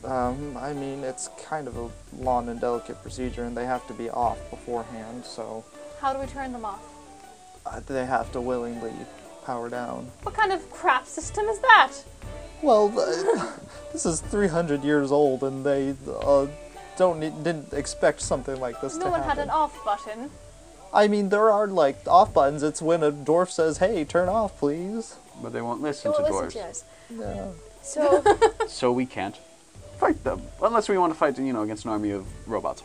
[SPEAKER 1] Um, I mean, it's kind of a long and delicate procedure, and they have to be off beforehand, so
[SPEAKER 5] How do we turn them off?
[SPEAKER 1] uh, they have to willingly power down.
[SPEAKER 5] What kind of crap system is that?
[SPEAKER 1] Well, th- this is 300 years old, and they uh, don't need, didn't expect something like this
[SPEAKER 5] No
[SPEAKER 1] to
[SPEAKER 5] one
[SPEAKER 1] happen.
[SPEAKER 5] had an off button.
[SPEAKER 1] I mean, there are like off buttons. It's when a dwarf says, "Hey, turn off, please."
[SPEAKER 2] But they won't
[SPEAKER 3] they
[SPEAKER 2] listen
[SPEAKER 3] won't
[SPEAKER 2] to
[SPEAKER 3] listen
[SPEAKER 2] dwarves,
[SPEAKER 3] to us.
[SPEAKER 1] Yeah.
[SPEAKER 3] So
[SPEAKER 2] so we can't fight them unless we want to fight, you know, against an army of robots.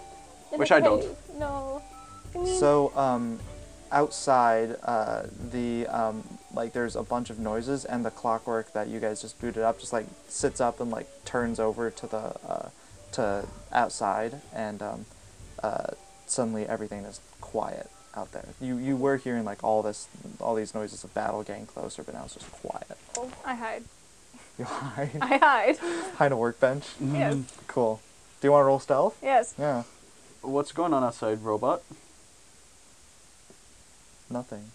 [SPEAKER 5] In
[SPEAKER 2] Which
[SPEAKER 5] a
[SPEAKER 2] I don't.
[SPEAKER 5] cave. No.
[SPEAKER 3] I mean,
[SPEAKER 1] So, um, outside, uh, the, um, like, there's a bunch of noises, and the clockwork that you guys just booted up just, like, sits up and, like, turns over to the, uh, to outside, and, um, uh, suddenly everything is quiet out there. You, you were hearing, like, all this, all these noises of battle getting closer, but now it's just quiet.
[SPEAKER 5] I hide.
[SPEAKER 1] You hide
[SPEAKER 5] I hide.
[SPEAKER 1] behind a workbench.
[SPEAKER 5] yes.
[SPEAKER 1] Cool. Do you want to roll stealth?
[SPEAKER 5] Yes.
[SPEAKER 1] Yeah.
[SPEAKER 2] What's going on outside, robot?
[SPEAKER 1] Nothing.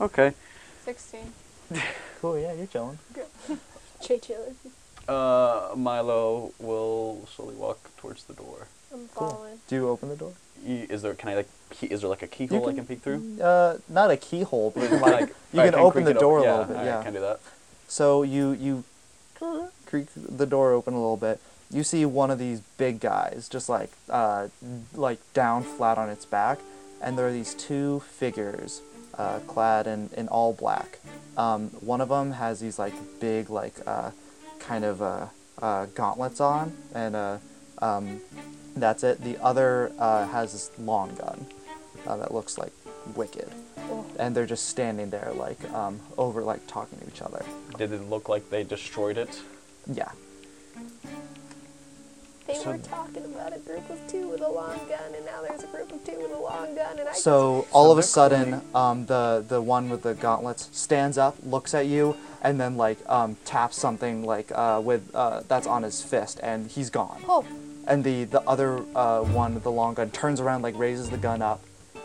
[SPEAKER 2] Okay.
[SPEAKER 5] Sixteen.
[SPEAKER 1] Cool, yeah, you're chilling.
[SPEAKER 5] Oh,
[SPEAKER 3] Jay Taylor,
[SPEAKER 2] Uh, Milo will slowly walk towards the door.
[SPEAKER 3] I'm
[SPEAKER 1] Cool.
[SPEAKER 3] following.
[SPEAKER 1] Do you open the door?
[SPEAKER 2] Y- Is there? Can I like? Key, is there like a keyhole I
[SPEAKER 1] can-
[SPEAKER 2] can peek through?
[SPEAKER 1] Uh, not a keyhole, but like, you
[SPEAKER 2] I
[SPEAKER 1] can open
[SPEAKER 2] creak
[SPEAKER 1] the
[SPEAKER 2] it
[SPEAKER 1] door a
[SPEAKER 2] yeah,
[SPEAKER 1] little bit.
[SPEAKER 2] I
[SPEAKER 1] Yeah.
[SPEAKER 2] can do that.
[SPEAKER 1] So you you creak the door open a little bit. You see one of these big guys just like uh, like down flat on its back, and there are these two figures uh, clad in, in all black. Um, one of them has these like big like uh, kind of uh, uh, gauntlets on, and uh, um, that's it. The other uh, has this long gun uh, that looks like wicked, and they're just standing there like um, over like talking to each other.
[SPEAKER 2] Did it look like they destroyed it?
[SPEAKER 1] Yeah.
[SPEAKER 3] They
[SPEAKER 1] So-
[SPEAKER 3] were talking about a group of two with a long gun, and now there's a group of two with a long gun, and I
[SPEAKER 1] So all of a
[SPEAKER 2] they're
[SPEAKER 1] sudden, um, the the one with the gauntlets stands up, looks at you, and then like um, taps something like uh, with uh, that's on his fist, and he's gone.
[SPEAKER 3] Oh.
[SPEAKER 1] And the the other uh, one with the long gun turns around, like raises the gun up,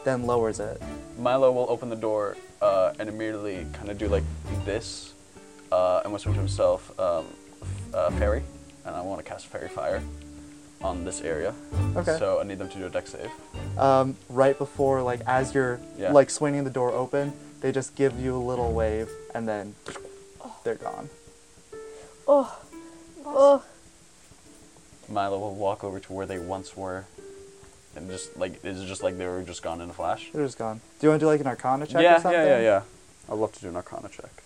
[SPEAKER 1] then lowers it.
[SPEAKER 2] Milo will open the door uh, and immediately kind of do like this uh, and whisper to himself, um, f- uh, Fairy, and I want to cast Fairy Fire on this area.
[SPEAKER 1] Okay.
[SPEAKER 2] So I need them to do a deck save.
[SPEAKER 1] Um, right before, like as you're
[SPEAKER 2] Yeah.
[SPEAKER 1] like swinging the door open, they just give you a little wave, and then they're gone.
[SPEAKER 3] oh, oh,
[SPEAKER 2] Milo will walk over to where they once were and just like, is it just like they were just gone in a flash?
[SPEAKER 1] They're just gone. Do you want to do like an Arcana check
[SPEAKER 2] yeah,
[SPEAKER 1] or something?
[SPEAKER 2] yeah, yeah, yeah. I'd love to do an Arcana check.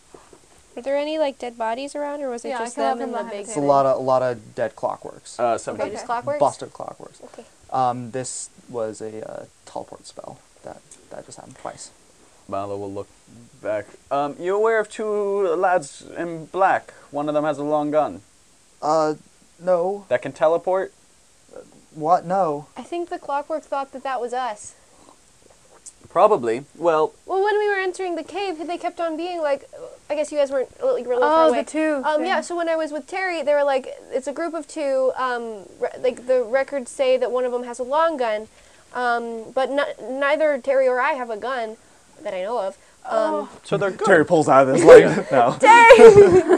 [SPEAKER 3] were there any like dead bodies around, or was it
[SPEAKER 5] Yeah, I
[SPEAKER 3] just
[SPEAKER 5] came up
[SPEAKER 3] them and
[SPEAKER 5] from
[SPEAKER 3] the
[SPEAKER 5] behind
[SPEAKER 3] big?
[SPEAKER 5] the
[SPEAKER 1] It's a lot of a lot of dead clockworks.
[SPEAKER 2] Uh,
[SPEAKER 3] Okay,
[SPEAKER 2] 17.
[SPEAKER 3] just clockwork.
[SPEAKER 1] Busted clockworks.
[SPEAKER 3] Okay.
[SPEAKER 1] Um, this was a uh, teleport spell that that just happened twice.
[SPEAKER 2] Milo will look back. Um, you aware of two lads in black? One of them has a long gun
[SPEAKER 1] Uh, no.
[SPEAKER 2] that can teleport.
[SPEAKER 1] What? No.
[SPEAKER 3] I think the clockwork thought that that was us.
[SPEAKER 2] Probably. Well,
[SPEAKER 3] Well, when we were entering the cave, they kept on being like, I guess you guys weren't like you were a little far
[SPEAKER 5] Oh,
[SPEAKER 3] away.
[SPEAKER 5] the two.
[SPEAKER 3] Um,
[SPEAKER 5] thing.
[SPEAKER 3] yeah. So when I was with Terry, they were like, it's a group of two. Um, re- like the records say that one of them has a long gun, um, but n- neither Terry or I have a gun that I know of.
[SPEAKER 5] Oh.
[SPEAKER 3] Um,
[SPEAKER 2] so they're good.
[SPEAKER 1] Terry pulls out of his leg. no.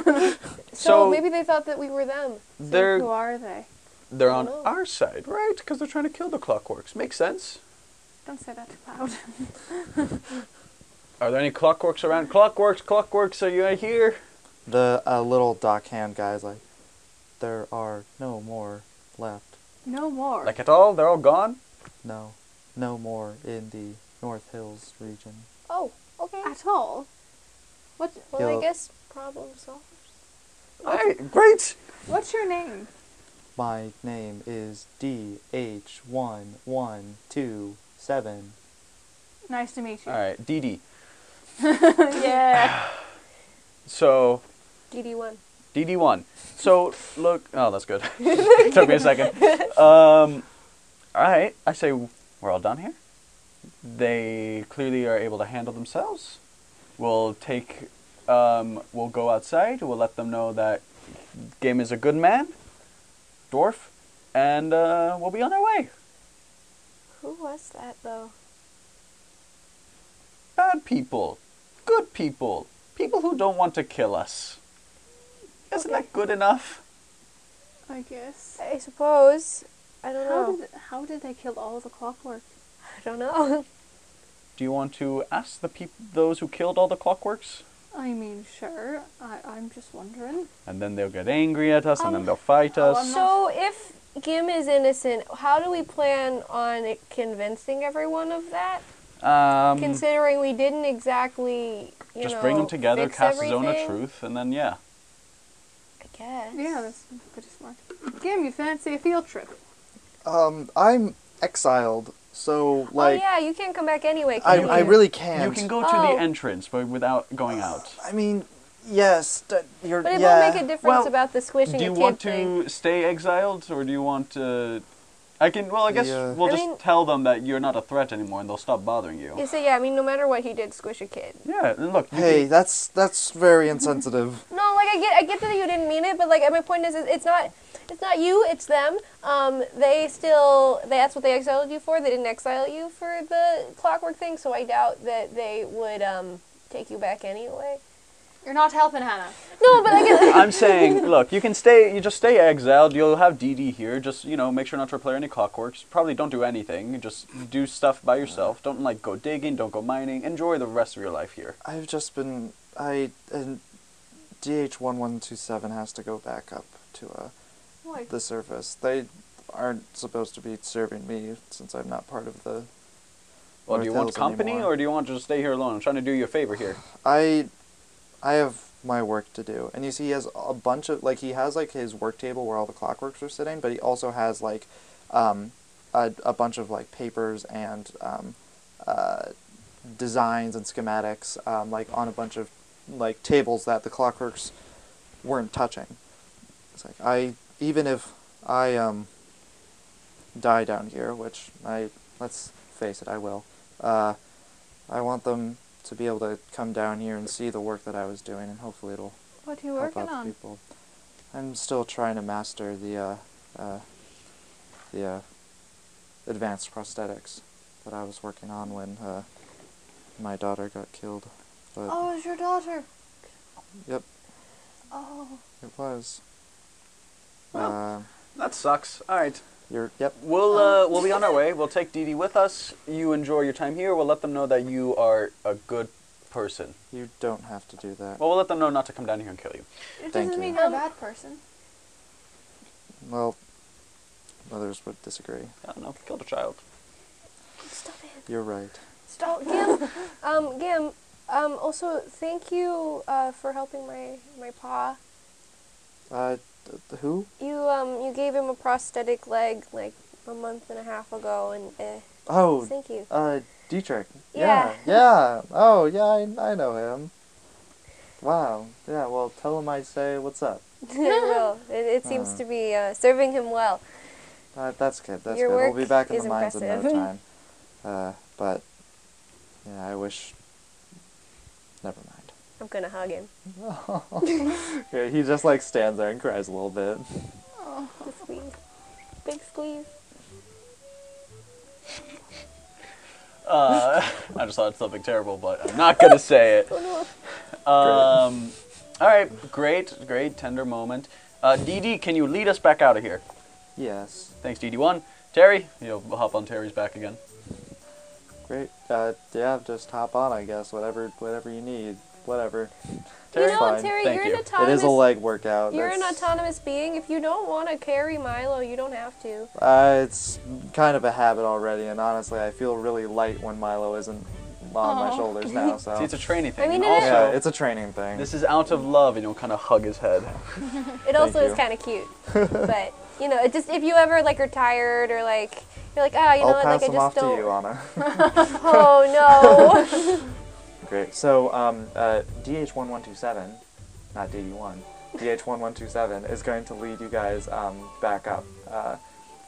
[SPEAKER 3] so,
[SPEAKER 2] So-
[SPEAKER 3] maybe they thought that we were them.
[SPEAKER 5] So
[SPEAKER 2] They're
[SPEAKER 5] Who are they?
[SPEAKER 2] they're on
[SPEAKER 3] Oh.
[SPEAKER 2] our side, right? Because they're trying to kill the clockworks. Makes sense.
[SPEAKER 5] Don't say that too loud.
[SPEAKER 2] Are there any clockworks around? Clockworks, clockworks, are you here?
[SPEAKER 1] The uh, little Doc Hand guy's like, there are no more left.
[SPEAKER 5] No more.
[SPEAKER 2] Like at all? They're all gone?
[SPEAKER 1] No, no more in the North Hills region.
[SPEAKER 3] Oh, okay.
[SPEAKER 5] at all. What?
[SPEAKER 3] Well,
[SPEAKER 1] Yo.
[SPEAKER 3] I guess problem solved.
[SPEAKER 2] Alright, great!
[SPEAKER 5] What's your name?
[SPEAKER 1] My name is DH1127.
[SPEAKER 5] Nice to meet you.
[SPEAKER 2] Alright, Dee Dee.
[SPEAKER 5] yeah.
[SPEAKER 2] So,
[SPEAKER 3] DD1.
[SPEAKER 2] DD1. So, look. Oh, that's good. Took me a second. Um, Alright, I say we're all done here. They clearly are able to handle themselves. We'll take. Um, we'll go outside. We'll let them know that Game is a good man, dwarf, and uh, we'll be on our way.
[SPEAKER 3] Who was that though?
[SPEAKER 2] bad people, good people, people who don't want to kill us. Isn't that good enough?
[SPEAKER 5] I guess.
[SPEAKER 3] I suppose. I don't
[SPEAKER 5] How
[SPEAKER 3] know.
[SPEAKER 5] did how did they kill all the clockwork?
[SPEAKER 3] I don't know.
[SPEAKER 2] Do you want to ask the peop- those who killed all the clockworks?
[SPEAKER 5] I mean, sure. I I'm just wondering.
[SPEAKER 2] And then they'll get angry at us, and then
[SPEAKER 5] Um,
[SPEAKER 2] they'll fight
[SPEAKER 5] oh,
[SPEAKER 2] us.
[SPEAKER 5] I'm
[SPEAKER 3] So if Gim is innocent, how do we plan on convincing everyone of that?
[SPEAKER 2] Um,
[SPEAKER 3] Considering we didn't exactly, you
[SPEAKER 2] just
[SPEAKER 3] know,
[SPEAKER 2] bring them together,
[SPEAKER 3] fix
[SPEAKER 2] cast a zone of
[SPEAKER 3] everything?
[SPEAKER 2] truth, and then yeah.
[SPEAKER 3] I guess. Oh,
[SPEAKER 5] Yeah, that's pretty smart. Gim, you fancy a field trip?
[SPEAKER 1] Um, I'm exiled, so like
[SPEAKER 3] oh yeah, you can't come back anyway. Can
[SPEAKER 1] I,
[SPEAKER 3] you?
[SPEAKER 1] I really can't.
[SPEAKER 2] You can go to
[SPEAKER 3] Oh.
[SPEAKER 2] the entrance, but without going out.
[SPEAKER 1] I mean, yes, d- you're.
[SPEAKER 3] But it
[SPEAKER 1] yeah.
[SPEAKER 3] won't make a difference
[SPEAKER 2] Well,
[SPEAKER 3] about the squishing
[SPEAKER 2] Do you
[SPEAKER 3] a kid
[SPEAKER 2] want to
[SPEAKER 3] thing.
[SPEAKER 2] stay exiled, or do you want to? I can. Well, I guess
[SPEAKER 1] Yeah.
[SPEAKER 2] we'll
[SPEAKER 3] I
[SPEAKER 2] just
[SPEAKER 3] mean-
[SPEAKER 2] tell them that you're not a threat anymore, and they'll stop bothering you.
[SPEAKER 3] You say yeah. I mean, no matter what, he did squish a kid.
[SPEAKER 2] Yeah. And look. you
[SPEAKER 1] Hey,
[SPEAKER 2] can-
[SPEAKER 1] that's that's very insensitive.
[SPEAKER 3] No, like I get, I get that you didn't mean it, but like my point is, is it's not, it's not you, it's them. Um, they still, that's what they exiled you for. They didn't exile you for the clockwork thing, so I doubt that they would um take you back anyway.
[SPEAKER 5] You're not helping Hannah.
[SPEAKER 3] No, but I get,
[SPEAKER 2] I'm saying, look, you can stay. You just stay exiled. You'll have DD here. Just you know, make sure not to repair any clockworks. Probably don't do anything. Just do stuff by yourself. Don't like go digging. Don't go mining. Enjoy the rest of your life here.
[SPEAKER 1] I've just been I and DH one one two seven has to go back up to uh
[SPEAKER 5] Why?
[SPEAKER 1] the surface. They aren't supposed to be serving me since I'm not part of the.
[SPEAKER 2] Well, do you
[SPEAKER 1] North
[SPEAKER 2] want
[SPEAKER 1] Hills
[SPEAKER 2] company
[SPEAKER 1] anymore.
[SPEAKER 2] or do you want to just stay here alone? I'm trying to do you a favor here.
[SPEAKER 1] I, I have my work to do, and you see, he has a bunch of like he has like his work table where all the clockworks are sitting, but he also has like, um, a a bunch of like papers and um, uh, designs and schematics um, like on a bunch of like tables that the clockworks weren't touching. It's like I even if I um die down here, which I let's face it, I will. Uh, I want them to be able to come down here and see the work that I was doing, and hopefully it'll
[SPEAKER 5] What are you
[SPEAKER 1] help
[SPEAKER 5] working
[SPEAKER 1] out
[SPEAKER 5] on?
[SPEAKER 1] people. I'm still trying to master the uh, uh, the uh, advanced prosthetics that I was working on when uh, my daughter got killed. But
[SPEAKER 5] Oh, it's your daughter.
[SPEAKER 1] yep,
[SPEAKER 5] Oh.
[SPEAKER 1] it was.
[SPEAKER 2] Well.
[SPEAKER 1] Uh,
[SPEAKER 2] That sucks. All right.
[SPEAKER 1] you're yep.
[SPEAKER 2] We'll uh, we'll be on our way. We'll take DD with us. You enjoy your time here. We'll let them know that you are a good person.
[SPEAKER 1] You don't have to do that.
[SPEAKER 2] Well, we'll let them know not to come down here and kill you.
[SPEAKER 5] It
[SPEAKER 1] Thank
[SPEAKER 5] doesn't
[SPEAKER 1] you.
[SPEAKER 5] mean
[SPEAKER 3] Um,
[SPEAKER 5] you're a bad person.
[SPEAKER 1] Well, others would disagree.
[SPEAKER 2] I don't know. Killed a child.
[SPEAKER 3] stop it,
[SPEAKER 1] You're right.
[SPEAKER 3] stop, Gim. um, Gim. Um, also thank you uh, for helping my my pa.
[SPEAKER 1] Uh, th- th- who?
[SPEAKER 3] You um you gave him a prosthetic leg like a month and a half ago, and eh,
[SPEAKER 1] Oh,
[SPEAKER 3] thank you.
[SPEAKER 1] Uh, Dietrich.
[SPEAKER 3] Yeah.
[SPEAKER 1] Yeah. yeah. Oh, yeah, I, I know him. Wow. Yeah, well, tell him I say what's up.
[SPEAKER 3] it will. It, it seems
[SPEAKER 1] Uh.
[SPEAKER 3] to be uh, serving him well.
[SPEAKER 1] Uh, that's good. That's
[SPEAKER 3] Your
[SPEAKER 1] good. we'll be
[SPEAKER 3] work
[SPEAKER 1] back in
[SPEAKER 3] is
[SPEAKER 1] the mines in no
[SPEAKER 3] impressive.
[SPEAKER 1] time. Uh, but, yeah, I wish. Never mind.
[SPEAKER 3] I'm gonna hug him.
[SPEAKER 1] Yeah, he just, like, stands there and cries a little bit.
[SPEAKER 3] A squeeze. Big squeeze.
[SPEAKER 2] Uh, I just thought something terrible, but I'm not gonna say it. Um, all right, great, great, tender moment. Uh, DD, can you lead us back out of here?
[SPEAKER 1] Yes.
[SPEAKER 2] Thanks, DD one. Terry, you'll hop on Terry's back again.
[SPEAKER 1] Great. Uh, yeah, just hop on, I guess. Whatever, whatever you need. whatever.
[SPEAKER 3] You
[SPEAKER 1] Terry,
[SPEAKER 3] know,
[SPEAKER 1] fine.
[SPEAKER 3] Terry,
[SPEAKER 2] Thank
[SPEAKER 3] you're
[SPEAKER 2] you. It
[SPEAKER 3] an
[SPEAKER 2] is
[SPEAKER 1] it
[SPEAKER 3] autonomous.
[SPEAKER 1] is a leg workout.
[SPEAKER 3] you're an
[SPEAKER 1] that's-
[SPEAKER 3] autonomous being. If you don't want to carry Milo, you don't have to.
[SPEAKER 1] Uh, it's kind of a habit already, and honestly, I feel really light when Milo isn't on my
[SPEAKER 5] Aw.
[SPEAKER 1] shoulders now. So
[SPEAKER 2] See, it's a training thing.
[SPEAKER 3] I mean,
[SPEAKER 2] and
[SPEAKER 3] it is.
[SPEAKER 1] yeah,
[SPEAKER 2] also,
[SPEAKER 1] it's a training thing.
[SPEAKER 2] this is out of love, and you'll kind of hug his head.
[SPEAKER 3] It also
[SPEAKER 1] you.
[SPEAKER 3] is kind of cute, but you know, it just if you ever like are tired or like you're like, ah, you know
[SPEAKER 1] I'll
[SPEAKER 3] what,
[SPEAKER 1] pass
[SPEAKER 3] like I
[SPEAKER 1] them off
[SPEAKER 3] just
[SPEAKER 1] to
[SPEAKER 3] don't.
[SPEAKER 1] you, Anna.
[SPEAKER 3] Oh no.
[SPEAKER 1] Great. So um, uh, DH1127, not E DD1, DH1127 is going to lead you guys um, back up uh,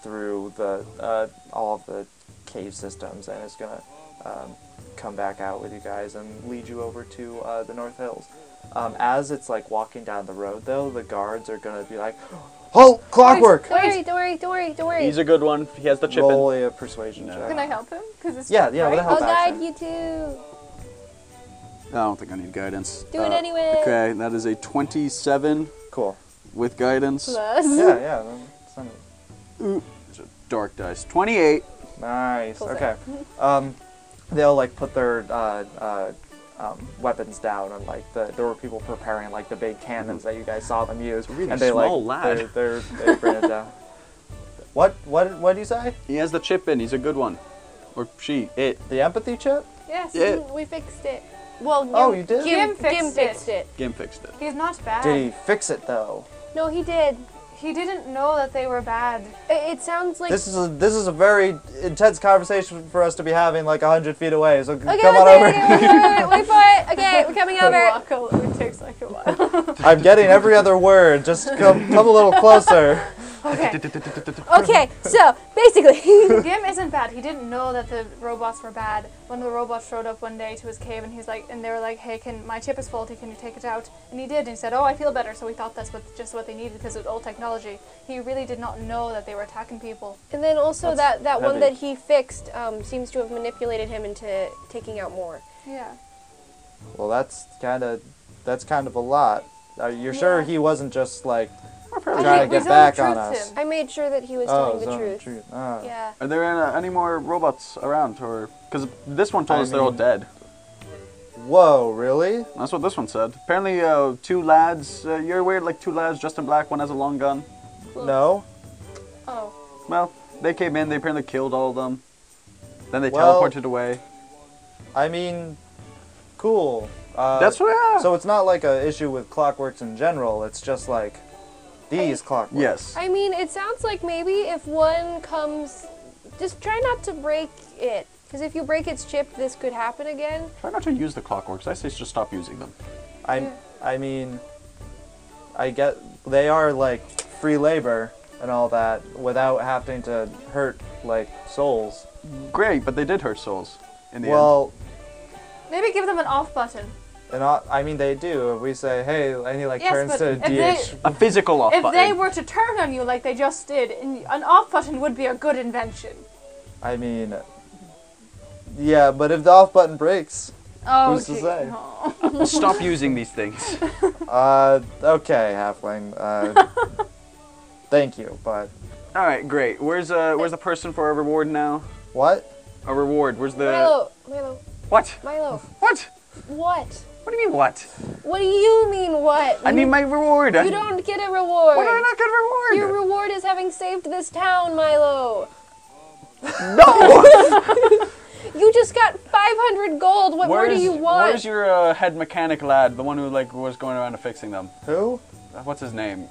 [SPEAKER 1] through the uh, all of the cave systems, and it's going to um, come back out with you guys and lead you over to uh, the North Hills. Um, as it's like walking down the road, though, the guards are going to be like, "Halt! Clockwork!"
[SPEAKER 3] Don't worry, don't worry, don't worry, don't worry.
[SPEAKER 2] He's a good one. He has the chip
[SPEAKER 1] Roll
[SPEAKER 2] in.
[SPEAKER 1] a persuasion
[SPEAKER 2] No.
[SPEAKER 1] check.
[SPEAKER 5] Can I help him? Because it's
[SPEAKER 1] Uh, Yeah, yeah,
[SPEAKER 5] Right? Oh,
[SPEAKER 1] with a
[SPEAKER 3] I'll
[SPEAKER 1] help
[SPEAKER 3] guide
[SPEAKER 1] action.
[SPEAKER 3] you too.
[SPEAKER 2] I don't think I need guidance. Uh,
[SPEAKER 3] Do it anyway.
[SPEAKER 2] Okay, that is a 27
[SPEAKER 1] Cool.
[SPEAKER 2] with guidance.
[SPEAKER 1] Yeah, yeah. that's- that's-
[SPEAKER 2] Ooh, it's a dark dice. 28.
[SPEAKER 1] Nice.
[SPEAKER 3] Pulls it.
[SPEAKER 1] okay. Um, they'll like put their uh, uh, um, weapons down, and like the, there were people preparing like the big cannons that you guys saw them use,
[SPEAKER 2] Really
[SPEAKER 1] and they
[SPEAKER 2] small
[SPEAKER 1] like
[SPEAKER 2] lad.
[SPEAKER 1] they're, they're they bring it down. What what what do you say?
[SPEAKER 2] He has the chip in. He's a good one. Or she, it.
[SPEAKER 1] The empathy chip?
[SPEAKER 5] Yes.
[SPEAKER 2] Yeah.
[SPEAKER 3] We fixed it. Well,
[SPEAKER 1] Oh, you did?
[SPEAKER 5] Gim
[SPEAKER 3] Gim,
[SPEAKER 5] fixed
[SPEAKER 3] Gim
[SPEAKER 5] it.
[SPEAKER 3] fixed it.
[SPEAKER 2] Gim fixed it.
[SPEAKER 6] He's not
[SPEAKER 3] Uh,
[SPEAKER 6] bad.
[SPEAKER 1] Did he fix it though?
[SPEAKER 3] No, he did.
[SPEAKER 6] He didn't know that they were bad.
[SPEAKER 3] It, it sounds like.
[SPEAKER 1] This is a this is a very intense conversation for us to be having like hundred feet away. So
[SPEAKER 3] okay,
[SPEAKER 1] come on
[SPEAKER 3] let's
[SPEAKER 1] over.
[SPEAKER 3] wait, wait, wait, wait, wait, wait for it. Okay, we're coming over.
[SPEAKER 5] Walk over. It takes like a while.
[SPEAKER 1] I'm getting every other word. Just come come a little closer.
[SPEAKER 3] Okay, so basically,
[SPEAKER 6] Gim isn't bad. He didn't know that the robots were bad. When the robots showed up one day to his cave, and he's like, and they were like, "Hey, can my chip is faulty? Can you take it out?" And he did, and he said, "Oh, I feel better." So he thought that's what just what they needed because it was old technology. He really did not know that they were attacking people.
[SPEAKER 3] and then also that that one
[SPEAKER 1] heavy.
[SPEAKER 3] that he fixed um, seems to have manipulated him into taking out more.
[SPEAKER 6] Yeah.
[SPEAKER 1] Well, that's kind of that's kind of a lot. Uh, you're sure he wasn't just like trying to
[SPEAKER 6] we
[SPEAKER 1] get
[SPEAKER 6] zoned
[SPEAKER 1] back on
[SPEAKER 6] truth
[SPEAKER 1] us? Oh,
[SPEAKER 6] him.
[SPEAKER 3] I made sure that he was telling the
[SPEAKER 1] zone
[SPEAKER 3] truth.
[SPEAKER 1] Ah.
[SPEAKER 3] Yeah.
[SPEAKER 2] Are there uh, any more robots around? Or Because this one told
[SPEAKER 1] I
[SPEAKER 2] us they're all
[SPEAKER 1] mean-
[SPEAKER 2] dead.
[SPEAKER 1] Whoa, really?
[SPEAKER 2] That's what this one said. Apparently, uh, two lads. Uh, you're weird, like two lads dressed in black. One has a long gun.
[SPEAKER 1] No.
[SPEAKER 6] Oh.
[SPEAKER 2] Well, they came in. They apparently killed all of them. Then they
[SPEAKER 1] Well-
[SPEAKER 2] teleported away.
[SPEAKER 1] I mean, cool. Uh,
[SPEAKER 2] That's what. Yeah.
[SPEAKER 1] So it's not like a issue with clockworks in general. It's just like these clockworks.
[SPEAKER 2] yes.
[SPEAKER 3] I mean, it sounds like maybe if one comes, just try not to break it, because if you break its chip, this could happen again.
[SPEAKER 2] Try not to use the clockworks. I say just stop using them.
[SPEAKER 1] I I mean, I get they are like free labor and all that without having to hurt like souls.
[SPEAKER 2] Great, but they did hurt souls in the end.
[SPEAKER 1] well.
[SPEAKER 6] Maybe give them an off button.
[SPEAKER 1] And I, I mean, they do. If we say, "Hey," and he like
[SPEAKER 6] Yes,
[SPEAKER 1] turns
[SPEAKER 6] but
[SPEAKER 1] to
[SPEAKER 6] if
[SPEAKER 1] DH.
[SPEAKER 2] A physical off
[SPEAKER 6] If
[SPEAKER 2] button.
[SPEAKER 6] they were to turn on you like they just did, an an off button would be a good invention.
[SPEAKER 1] I mean, yeah, but if the off button breaks,
[SPEAKER 6] Oh,
[SPEAKER 1] Who's to
[SPEAKER 6] gee,
[SPEAKER 1] say?
[SPEAKER 6] no.
[SPEAKER 2] Stop using these things.
[SPEAKER 1] uh, okay, halfling. Uh, thank you, but
[SPEAKER 2] All right, great. Where's uh, where's the person for a reward now?
[SPEAKER 1] what?
[SPEAKER 2] A reward. Where's the
[SPEAKER 3] Milo, Milo,
[SPEAKER 2] what?
[SPEAKER 3] Milo,
[SPEAKER 2] What?
[SPEAKER 3] what?
[SPEAKER 2] What do you mean what?
[SPEAKER 3] What do you mean what?
[SPEAKER 2] I need my reward.
[SPEAKER 3] You don't get a reward.
[SPEAKER 2] Why do I not get a
[SPEAKER 3] Your
[SPEAKER 2] reward?
[SPEAKER 3] reward is having saved this town, Milo. No. you just got 500 gold. What more do
[SPEAKER 2] Where's-
[SPEAKER 3] you want?
[SPEAKER 2] Where's your uh, head mechanic lad, the one who like was going around and fixing them?
[SPEAKER 1] Who?
[SPEAKER 2] Uh, What's his name?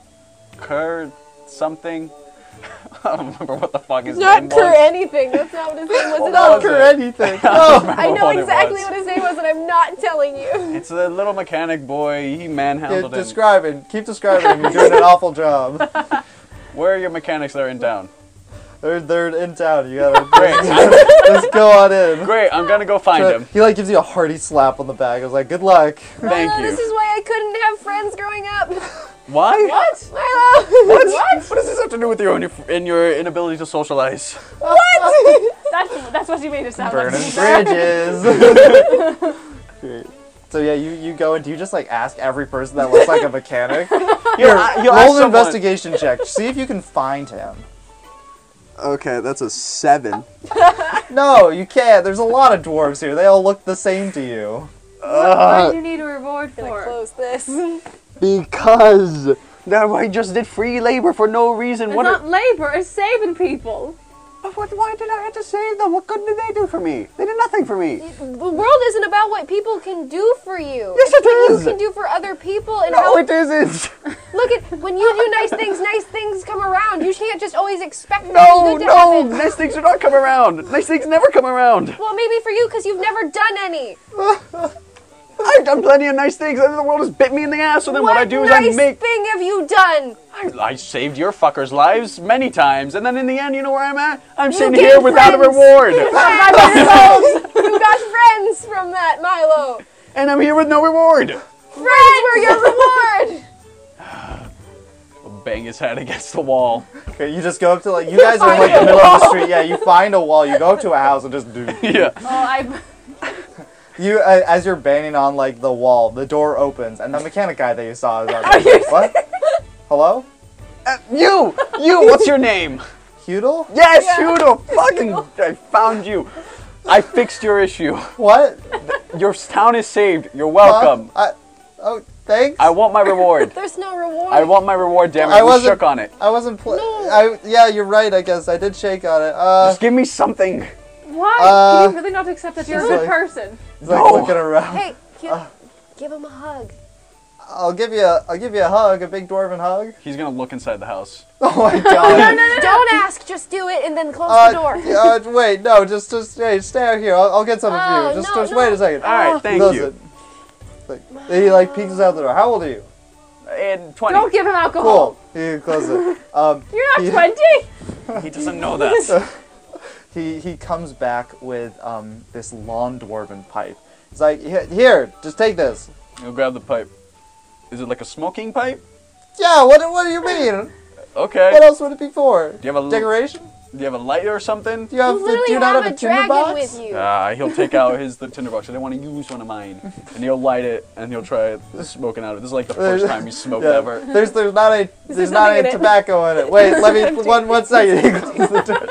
[SPEAKER 2] Kerr something. I don't remember what the fuck his name
[SPEAKER 3] not
[SPEAKER 2] was.
[SPEAKER 3] for anything. That's not what his name was
[SPEAKER 2] What
[SPEAKER 3] at all.
[SPEAKER 2] was it?
[SPEAKER 1] anything.
[SPEAKER 2] I, don't
[SPEAKER 3] Oh, I
[SPEAKER 2] remember
[SPEAKER 3] know
[SPEAKER 2] what it
[SPEAKER 3] exactly
[SPEAKER 2] was.
[SPEAKER 3] what his name was, and I'm not telling you.
[SPEAKER 2] It's the little mechanic boy. He manhandled him.
[SPEAKER 1] describing. Keep describing. him. You're doing an awful job.
[SPEAKER 2] Where are your mechanics that are in town?
[SPEAKER 1] They're they're in town. You gotta
[SPEAKER 2] Great, I'm-
[SPEAKER 1] just go on in.
[SPEAKER 2] great. I'm gonna go find him.
[SPEAKER 1] He like gives you a hearty slap on the back. I was like, "Good luck."
[SPEAKER 2] Thank
[SPEAKER 3] Milo,
[SPEAKER 2] you.
[SPEAKER 3] this is why I couldn't have friends growing up.
[SPEAKER 2] Why?
[SPEAKER 3] What? Milo!
[SPEAKER 2] What? What does this have to do with your own, in your inability to socialize?
[SPEAKER 6] That's, that's what you made it sound like.
[SPEAKER 1] burning bridges. so yeah, you you go and do you just like ask every person that looks like a mechanic?
[SPEAKER 2] You'll,
[SPEAKER 1] Roll an investigation check. See if you can find him.
[SPEAKER 2] Okay, that's a seven.
[SPEAKER 1] No, you can't. There's a lot of dwarves here. They all look the same to you.
[SPEAKER 5] Why do you need a reward
[SPEAKER 3] Gonna
[SPEAKER 5] for?
[SPEAKER 3] close this.
[SPEAKER 2] Because that I just did free labor for no reason.
[SPEAKER 5] It's
[SPEAKER 2] What?
[SPEAKER 5] not labor, it's saving people.
[SPEAKER 2] but what? Why did I have to save them? What good did they do for me? They did nothing for me.
[SPEAKER 3] The world isn't about what people can do for you.
[SPEAKER 2] Yes,
[SPEAKER 3] it's
[SPEAKER 2] it
[SPEAKER 3] what
[SPEAKER 2] is.
[SPEAKER 3] you can do for other people and
[SPEAKER 2] No,
[SPEAKER 3] how
[SPEAKER 2] it isn't.
[SPEAKER 3] Look at when you do nice things, nice things come around. You can't just always expect
[SPEAKER 2] No,
[SPEAKER 3] good to
[SPEAKER 2] no.
[SPEAKER 3] happen.
[SPEAKER 2] Nice things do not come around. Nice things never come around.
[SPEAKER 3] Well, maybe for you because you've never done any.
[SPEAKER 2] I've done plenty of nice things, and the world has bit me in the ass. So then what, I do is
[SPEAKER 3] nice
[SPEAKER 2] I make.
[SPEAKER 3] thing have you done?
[SPEAKER 2] I, I saved your fuckers' lives many times, and then in the end, you know where I'm at? I'm sitting
[SPEAKER 3] gained
[SPEAKER 2] here without a
[SPEAKER 3] friends.
[SPEAKER 2] reward,
[SPEAKER 3] Bad results. you got friends from that, Milo.
[SPEAKER 2] and I'm here with no reward.
[SPEAKER 3] Friends were your reward.
[SPEAKER 2] Bang his head against the wall.
[SPEAKER 1] Okay, you just go up to like you guys are in like the middle of the street. Yeah, you find a wall, you go up to a house and just do
[SPEAKER 2] yeah.
[SPEAKER 5] Oh, I.
[SPEAKER 1] you uh, as you're banging on like the wall. The door opens and the mechanic guy that you saw is out there. what? Hello,
[SPEAKER 2] Uh, you, you. What's your name?
[SPEAKER 1] Hudel?
[SPEAKER 2] Yes, Hudo. Fucking, I found you. I fixed your issue.
[SPEAKER 1] What?
[SPEAKER 2] Your town is saved. You're
[SPEAKER 1] Huh?
[SPEAKER 2] welcome.
[SPEAKER 1] I, oh, thanks.
[SPEAKER 2] I want my reward.
[SPEAKER 3] There's no reward.
[SPEAKER 2] I want my reward. Damn it!
[SPEAKER 1] I
[SPEAKER 2] You
[SPEAKER 1] wasn't-
[SPEAKER 2] shook on it.
[SPEAKER 1] I wasn't. Pl- I yeah, you're right. I guess I did shake on it. Uh,
[SPEAKER 2] Just give me something.
[SPEAKER 5] Why?
[SPEAKER 1] Uh,
[SPEAKER 5] Can you really not accept that you're a
[SPEAKER 1] just
[SPEAKER 5] good
[SPEAKER 1] like-
[SPEAKER 5] person?
[SPEAKER 1] it's like
[SPEAKER 2] No.
[SPEAKER 1] looking around.
[SPEAKER 3] hey, give,
[SPEAKER 1] Uh.
[SPEAKER 3] give him a hug.
[SPEAKER 1] I'll give you a. I'll give you a hug, a big dwarven hug.
[SPEAKER 2] He's gonna look inside the house.
[SPEAKER 1] Oh my god.
[SPEAKER 3] Don't ask, just do it and then close the door.
[SPEAKER 1] Uh, uh, wait, no, just just hey, stay out here. I'll, I'll get something for
[SPEAKER 3] Oh,
[SPEAKER 1] you. Just
[SPEAKER 3] no,
[SPEAKER 1] just wait
[SPEAKER 3] no.
[SPEAKER 1] a second.
[SPEAKER 2] All right, thank you.
[SPEAKER 1] Listen. Like, he like peeks out the door. How old are you?
[SPEAKER 2] And 20.
[SPEAKER 5] Don't give him
[SPEAKER 2] Oh.
[SPEAKER 5] alcohol.
[SPEAKER 1] Cool. He closes it. Um,
[SPEAKER 5] You're
[SPEAKER 1] Yeah.
[SPEAKER 5] not 20!
[SPEAKER 2] He doesn't know that.
[SPEAKER 1] he he comes back with um this long dwarven pipe. He's like, "Here- here, just take this.
[SPEAKER 2] He'll grab the pipe. Is it like a smoking pipe?
[SPEAKER 1] Yeah. What what do you mean?
[SPEAKER 2] Okay.
[SPEAKER 1] What else would it be for? Do
[SPEAKER 2] you have a l-
[SPEAKER 1] decoration?
[SPEAKER 2] Do you have a lighter or something?
[SPEAKER 1] Do you have
[SPEAKER 3] You literally
[SPEAKER 1] do you
[SPEAKER 3] have,
[SPEAKER 1] not have
[SPEAKER 3] a, dragon
[SPEAKER 1] tinderbox?
[SPEAKER 3] with you.
[SPEAKER 2] Ah, he'll take out his the tinderbox. I didn't want to use one of mine. And he'll light it and he'll try smoking out of it. This is like the first time he smoked
[SPEAKER 1] Yeah.
[SPEAKER 2] ever.
[SPEAKER 1] There's there's not any there's not
[SPEAKER 5] nothing
[SPEAKER 1] any
[SPEAKER 5] in it.
[SPEAKER 1] tobacco in it. Wait, let me one one second. He closes the door.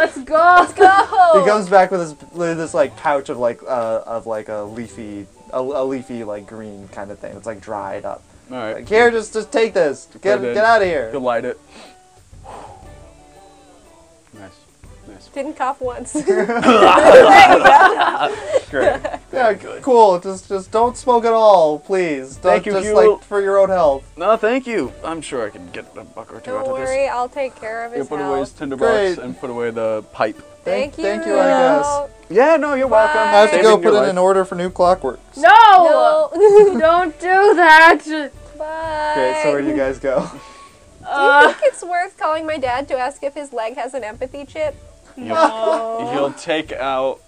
[SPEAKER 5] Let's go! Let's
[SPEAKER 1] He
[SPEAKER 5] go!
[SPEAKER 1] comes back with this with this like pouch of like uh, of like a leafy a, a leafy like green kind of thing. It's like dried up.
[SPEAKER 2] All
[SPEAKER 1] Like
[SPEAKER 2] right.
[SPEAKER 1] here, just just take this. Get
[SPEAKER 2] Put it in.
[SPEAKER 1] get out of here.
[SPEAKER 2] He'll light it. Nice. Nice.
[SPEAKER 3] Didn't cough once.
[SPEAKER 2] Great.
[SPEAKER 1] Yeah, cool. Just just don't smoke at all, please. Don't,
[SPEAKER 2] Thank you,
[SPEAKER 1] Just
[SPEAKER 2] Hugh.
[SPEAKER 1] like for your own health.
[SPEAKER 2] No, thank you. I'm sure I can get a buck or 2 out
[SPEAKER 3] Don't
[SPEAKER 2] of this.
[SPEAKER 3] worry, I'll take care of
[SPEAKER 2] He'll
[SPEAKER 3] his
[SPEAKER 2] put away his
[SPEAKER 3] health.
[SPEAKER 2] tinderbox
[SPEAKER 1] Great.
[SPEAKER 2] and put away the pipe.
[SPEAKER 1] Thank-
[SPEAKER 3] Thank you.
[SPEAKER 1] thank you, I guess.
[SPEAKER 3] Rudolph.
[SPEAKER 2] Yeah, no, you're welcome.
[SPEAKER 3] Bye.
[SPEAKER 1] I have to
[SPEAKER 2] Saving
[SPEAKER 1] go
[SPEAKER 2] your
[SPEAKER 1] put in
[SPEAKER 2] life.
[SPEAKER 1] an order for new clockworks. Oh,
[SPEAKER 5] No!
[SPEAKER 3] No.
[SPEAKER 5] Don't do that!
[SPEAKER 3] Bye.
[SPEAKER 1] Okay, so where do you guys go?
[SPEAKER 3] Do you think it's worth calling my dad to ask if his leg has an empathy chip?
[SPEAKER 2] He'll, he'll take out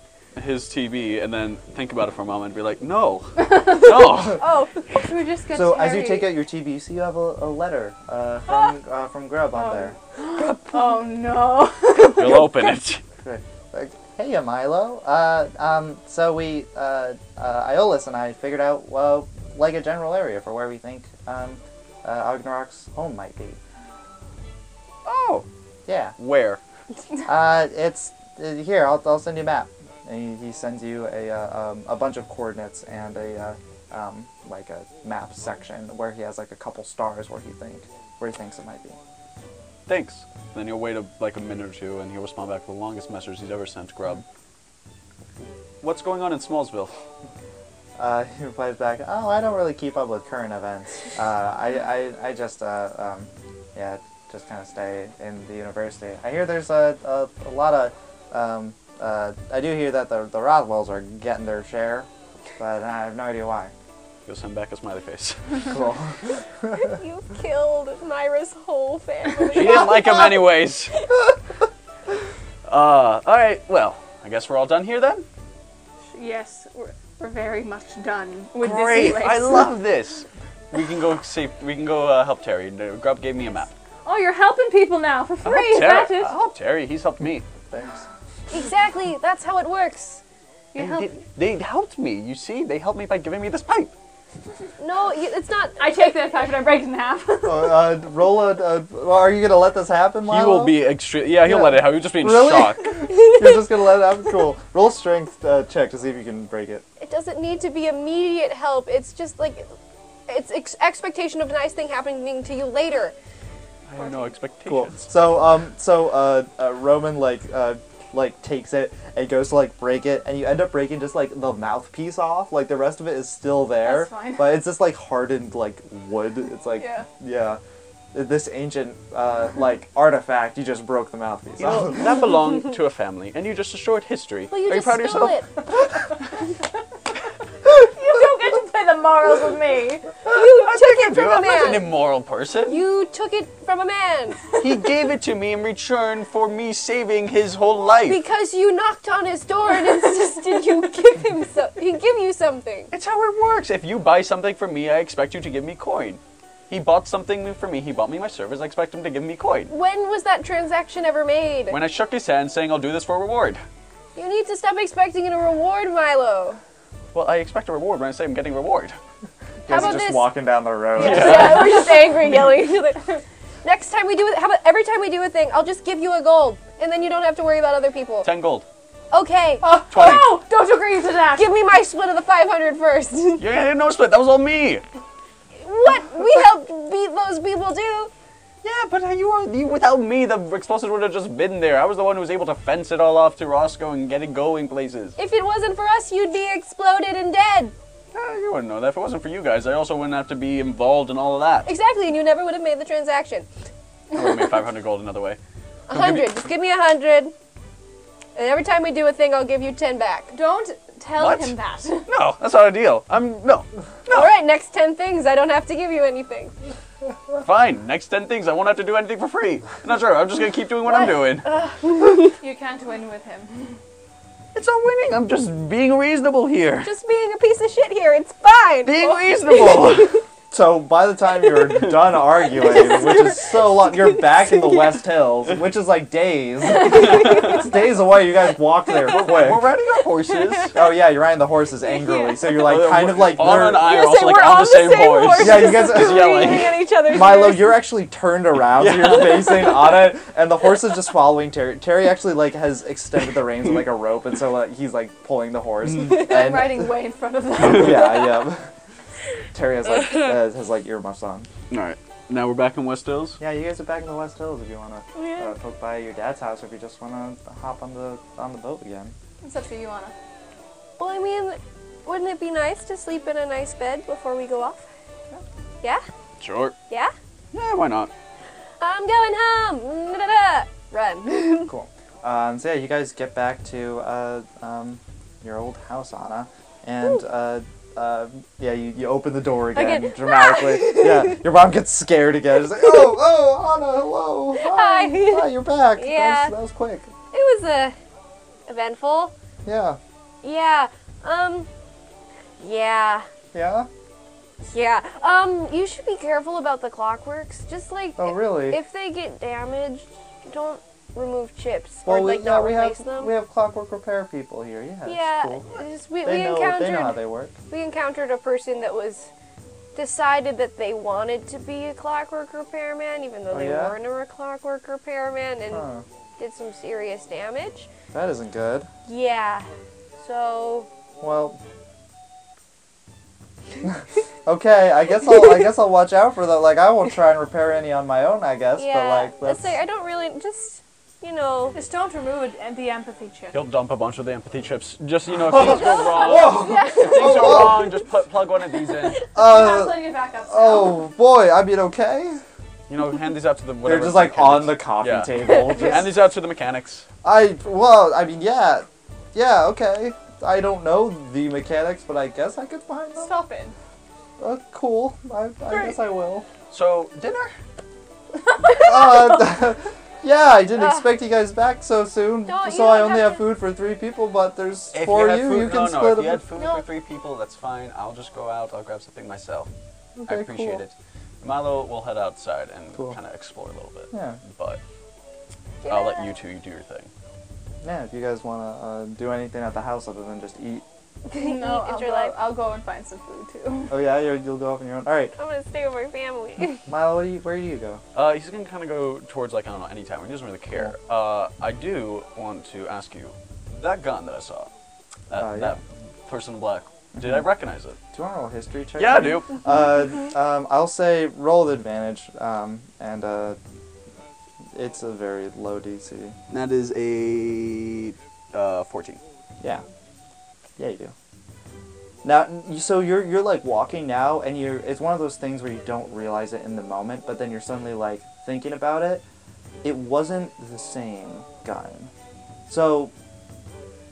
[SPEAKER 2] his TV and then think about it for a moment and be like, no, no.
[SPEAKER 3] Oh,
[SPEAKER 5] Should we just get
[SPEAKER 1] So as you
[SPEAKER 5] Terry?
[SPEAKER 1] take out your TV, you see you have a, a letter uh, from uh, from Grub on
[SPEAKER 5] Oh.
[SPEAKER 1] there.
[SPEAKER 5] Oh no.
[SPEAKER 2] He'll open it.
[SPEAKER 1] Like, hey, uh, Milo. Uh, um, so we uh, uh, Iolus and I figured out well, like a general area for where we think um, uh, Agnarock's home might be.
[SPEAKER 2] Oh.
[SPEAKER 1] Yeah.
[SPEAKER 2] Where?
[SPEAKER 1] Uh, it's uh, here. I'll, I'll send you a map. And he, he sends you a uh, um, a bunch of coordinates and a uh, um, like a map section where he has like a couple stars where he think where he thinks it might be.
[SPEAKER 2] Thanks. Then he'll wait a, like a minute or two and he'll respond back with the longest message he's ever sent Grub. What's going on in Smallsville?
[SPEAKER 1] Uh, he replies back, "Oh, I don't really keep up with current events. Uh, I, I, I just, uh, um, yeah, just kind of stay in the university. I hear there's a, a, a lot of, um, uh, I do hear that the the Rothwells are getting their share, but I have no idea why.
[SPEAKER 2] He'll send back a smiley face.
[SPEAKER 1] Cool.
[SPEAKER 3] you've killed Myra's whole family.
[SPEAKER 2] He didn't like him anyways. Uh, all right. Well, I guess we're all done here then.
[SPEAKER 5] Yes, we're, we're very much done with
[SPEAKER 2] Great!
[SPEAKER 5] this place.
[SPEAKER 2] I love this. We can go save. We can go uh, help Terry. The Grub gave me a map.
[SPEAKER 5] Oh, you're helping people now for free.
[SPEAKER 2] Help
[SPEAKER 5] Is that
[SPEAKER 2] Terry.
[SPEAKER 5] it?
[SPEAKER 1] Uh,
[SPEAKER 2] I'll help Terry. He's helped me.
[SPEAKER 1] Thanks.
[SPEAKER 3] exactly. That's how it works.
[SPEAKER 5] You
[SPEAKER 2] They
[SPEAKER 5] help.
[SPEAKER 2] did- They, helped me. You see, they helped me by giving me this pipe.
[SPEAKER 3] No, you, it's not.
[SPEAKER 5] I take that pipe and I break it in half.
[SPEAKER 1] Uh, uh, roll a, uh, are you gonna let this happen, Milo?
[SPEAKER 2] He will be extreme. Yeah, he'll
[SPEAKER 1] Yeah.
[SPEAKER 2] let it happen. He'll just be in
[SPEAKER 1] Really?
[SPEAKER 2] shock.
[SPEAKER 1] You're just gonna let it happen. Cool. Roll strength uh, check to see if you can break it.
[SPEAKER 3] It doesn't need to be immediate help. It's just like, it's ex- expectation of a nice thing happening to you later.
[SPEAKER 2] I have no expectations.
[SPEAKER 1] Cool. So um, so uh, uh Roman like uh, like takes it and goes to like break it, and you end up breaking just like the mouthpiece off. Like the rest of it is still there,
[SPEAKER 6] That's fine.
[SPEAKER 1] but it's just like hardened like wood. It's like
[SPEAKER 6] Yeah.
[SPEAKER 1] yeah. This ancient uh, like artifact, you just broke the mouthpiece.
[SPEAKER 2] You know,
[SPEAKER 1] off.
[SPEAKER 2] that belonged to a family, and you just destroyed history.
[SPEAKER 3] Well, you
[SPEAKER 2] Are you
[SPEAKER 3] just
[SPEAKER 2] proud of
[SPEAKER 3] stole
[SPEAKER 2] yourself?
[SPEAKER 3] it.
[SPEAKER 6] You don't get to play the morals with me.
[SPEAKER 3] You
[SPEAKER 2] I
[SPEAKER 3] took
[SPEAKER 2] think I do.
[SPEAKER 3] it from a
[SPEAKER 2] I'm not an
[SPEAKER 3] man.
[SPEAKER 2] immoral person.
[SPEAKER 3] You took it from a man
[SPEAKER 2] he gave it to me in return for me saving his whole life.
[SPEAKER 3] because you knocked on his door and insisted you give him so he give you something.
[SPEAKER 2] it's how it works. If you buy something from me, I expect you to give me coin. He bought something from me. He bought me my service. I expect him to give me coin.
[SPEAKER 3] When was that transaction ever made?
[SPEAKER 2] When I shook his hand, saying I'll do this for a reward.
[SPEAKER 3] you need to stop expecting a reward, Milo.
[SPEAKER 2] Well, I expect a reward when I say I'm getting a reward.
[SPEAKER 3] How
[SPEAKER 1] Guys are
[SPEAKER 3] about
[SPEAKER 1] just
[SPEAKER 3] this?
[SPEAKER 1] walking down the road.
[SPEAKER 3] Yeah, we're just angry, yelling. at each other. Next time we do it, how about every time we do a thing, I'll just give you a gold, and then you don't have to worry about other people.
[SPEAKER 2] Ten gold.
[SPEAKER 3] Okay.
[SPEAKER 1] Uh,
[SPEAKER 2] Twenty.
[SPEAKER 6] No, don't agree to that.
[SPEAKER 3] Give me my split of the 500 first.
[SPEAKER 2] You had no split. That was all me.
[SPEAKER 3] what we helped beat those people do.
[SPEAKER 2] Yeah, but you, were- you without me, the explosives would have just been there. I was the one who was able to fence it all off to Roscoe and get it going places.
[SPEAKER 3] If it wasn't for us, you'd be exploded and dead.
[SPEAKER 2] Eh, you wouldn't know that. If it wasn't for you guys, I also wouldn't have to be involved in all of that.
[SPEAKER 3] Exactly, and you never would have made the transaction.
[SPEAKER 2] I would have made 500 gold another way.
[SPEAKER 3] A hundred. Just give me a hundred. And every time we do a thing, I'll give you ten back.
[SPEAKER 6] Don't tell
[SPEAKER 2] What?
[SPEAKER 6] him that.
[SPEAKER 2] No, that's not a deal. I'm no.
[SPEAKER 3] All right, next ten things. I don't have to give you anything.
[SPEAKER 2] Fine. Next 10 things, I won't have to do anything for free. I'm not sure. I'm just gonna keep doing what I'm doing.
[SPEAKER 1] Uh,
[SPEAKER 5] You can't win with him.
[SPEAKER 2] It's not winning. I'm just being reasonable here.
[SPEAKER 3] Just being a piece of shit here. It's fine.
[SPEAKER 1] Oh.
[SPEAKER 2] Being reasonable.
[SPEAKER 1] So by the time you're done arguing, which is so long, you're back in the West Hills, which is like days. it's days away. You guys walked there
[SPEAKER 2] We're
[SPEAKER 1] quick.
[SPEAKER 2] riding our horses.
[SPEAKER 1] Oh yeah, you're riding the horses angrily, so you're like kind of like
[SPEAKER 2] all Oh, on
[SPEAKER 1] they're-
[SPEAKER 2] eye,
[SPEAKER 3] You
[SPEAKER 2] or also
[SPEAKER 3] say
[SPEAKER 2] like
[SPEAKER 3] we're
[SPEAKER 2] on the same, horse.
[SPEAKER 1] yeah, you guys.
[SPEAKER 2] Just yelling.
[SPEAKER 3] Screaming at each other's
[SPEAKER 1] Milo,
[SPEAKER 3] ears.
[SPEAKER 1] you're actually turned around, so you're facing Anna, and the horse is just following Terry. Terry actually like has extended the reins with like a rope, and so uh, he's like pulling the horse. And
[SPEAKER 5] Riding way in front of them.
[SPEAKER 1] yeah, yeah. Terry has like uh, has like earmuffs on.
[SPEAKER 2] All right. Now we're back in West Hills.
[SPEAKER 1] Yeah, you guys are back in the West Hills if you wanna uh, poke by your dad's house or if you just wanna hop on the on the boat again.
[SPEAKER 6] It's up to you, Anna.
[SPEAKER 3] Well, I mean, wouldn't it be nice to sleep in a nice bed before we go off? Yeah?
[SPEAKER 2] Sure.
[SPEAKER 3] Yeah?
[SPEAKER 2] Yeah, why not?
[SPEAKER 3] I'm going home! Da-da-da. Run.
[SPEAKER 1] Cool. Um, so yeah, you guys get back to uh, um, your old house, Anna, and uh, uh, yeah, you, you open the door again,
[SPEAKER 3] Again.
[SPEAKER 1] dramatically. yeah, your mom gets scared again. She's like, oh, oh, Anna, hello, hi,
[SPEAKER 3] Hi.
[SPEAKER 1] hi, you're back.
[SPEAKER 3] Yeah.
[SPEAKER 1] that was, that was quick.
[SPEAKER 3] it was uh, eventful.
[SPEAKER 1] Yeah,
[SPEAKER 3] Yeah. Um. Yeah.
[SPEAKER 1] yeah.
[SPEAKER 3] Yeah. Um. You should be careful about the clockworks. Just like
[SPEAKER 1] Oh, really?
[SPEAKER 3] if they get damaged, don't remove chips
[SPEAKER 1] well,
[SPEAKER 3] or
[SPEAKER 1] we,
[SPEAKER 3] like
[SPEAKER 1] yeah,
[SPEAKER 3] not
[SPEAKER 1] we
[SPEAKER 3] replace
[SPEAKER 1] have
[SPEAKER 3] them.
[SPEAKER 1] we have clockwork repair people here. Yeah, it's
[SPEAKER 3] yeah.
[SPEAKER 1] cool.
[SPEAKER 3] just- we,
[SPEAKER 1] They
[SPEAKER 3] we
[SPEAKER 1] know
[SPEAKER 3] encountered
[SPEAKER 1] they know how they work.
[SPEAKER 3] we encountered a person that was decided that they wanted to be a clockwork repairman, even though
[SPEAKER 1] Oh,
[SPEAKER 3] they
[SPEAKER 1] yeah?
[SPEAKER 3] weren't a clockwork repairman, and
[SPEAKER 1] Huh.
[SPEAKER 3] did some serious damage.
[SPEAKER 1] That isn't good.
[SPEAKER 3] Yeah. So
[SPEAKER 1] Well. okay, I guess I'll I guess I'll watch out for that. Like I won't try and repair any on my own, I guess.
[SPEAKER 3] yeah,
[SPEAKER 1] but like
[SPEAKER 3] let's say I don't really just you know.
[SPEAKER 6] Just don't remove it- the empathy chip.
[SPEAKER 2] He'll dump a bunch of the empathy chips. Just you know, if things go wrong,
[SPEAKER 1] Whoa!
[SPEAKER 2] if things go wrong, just pl- plug one of these in.
[SPEAKER 6] I'm
[SPEAKER 1] Uh,
[SPEAKER 6] putting it back up.
[SPEAKER 1] oh boy, I mean okay.
[SPEAKER 2] You know, hand these out to the.
[SPEAKER 1] They're
[SPEAKER 2] Whatever
[SPEAKER 1] just like on the
[SPEAKER 2] mechanics.
[SPEAKER 1] coffee
[SPEAKER 2] Yeah.
[SPEAKER 1] table.
[SPEAKER 2] Hand
[SPEAKER 1] Just,
[SPEAKER 2] these out to the mechanics.
[SPEAKER 1] I well, I mean yeah, yeah okay. I don't know the mechanics, but I guess I could find them.
[SPEAKER 6] Stop it.
[SPEAKER 1] Uh, cool. I, I guess I will.
[SPEAKER 2] So dinner.
[SPEAKER 1] Uh, yeah, I didn't expect you guys back so soon.
[SPEAKER 3] Don't- Uh. you
[SPEAKER 1] So I
[SPEAKER 3] don't
[SPEAKER 1] only
[SPEAKER 3] have
[SPEAKER 1] have,
[SPEAKER 3] to-
[SPEAKER 1] food for three people, but there's
[SPEAKER 2] If
[SPEAKER 1] for
[SPEAKER 2] had
[SPEAKER 1] you.
[SPEAKER 2] food,
[SPEAKER 1] you
[SPEAKER 2] no,
[SPEAKER 1] can
[SPEAKER 2] no,
[SPEAKER 1] split
[SPEAKER 2] If you
[SPEAKER 1] them.
[SPEAKER 2] had food
[SPEAKER 3] No.
[SPEAKER 2] for three people, that's fine. I'll just go out. I'll grab something myself. I
[SPEAKER 1] Okay,
[SPEAKER 2] appreciate
[SPEAKER 1] cool.
[SPEAKER 2] it. Milo will head outside and
[SPEAKER 1] Cool.
[SPEAKER 2] kind of explore a little bit.
[SPEAKER 1] Yeah.
[SPEAKER 2] But I'll let you two do your thing.
[SPEAKER 1] Yeah, if you guys want to uh, do anything at the house other than just eat.
[SPEAKER 6] No, I'll
[SPEAKER 3] your
[SPEAKER 6] go,
[SPEAKER 3] life.
[SPEAKER 6] I'll go and find some food too.
[SPEAKER 1] Oh yeah, you're, you'll go off on your own. All right,
[SPEAKER 3] I'm gonna stay with my family.
[SPEAKER 1] Milo, what do you, where do you go?
[SPEAKER 2] Uh, he's gonna kind of go towards like I don't know any time. He doesn't really care. Uh, I do want to ask you, that gun that I saw, that,
[SPEAKER 1] Uh, yeah. Mm-hmm.
[SPEAKER 2] that person in black. Did I recognize it?
[SPEAKER 1] Do you want to roll a history check?
[SPEAKER 2] Yeah, I do.
[SPEAKER 1] Uh, um, I'll say roll with advantage, um, and uh, it's a very low DC.
[SPEAKER 2] That is a uh, 14.
[SPEAKER 1] Yeah. Yeah, you do. Now, n- you- so you're you're like walking now, and you're it's one of those things where you don't realize it in the moment, but then you're suddenly like thinking about it. It wasn't the same gun. So,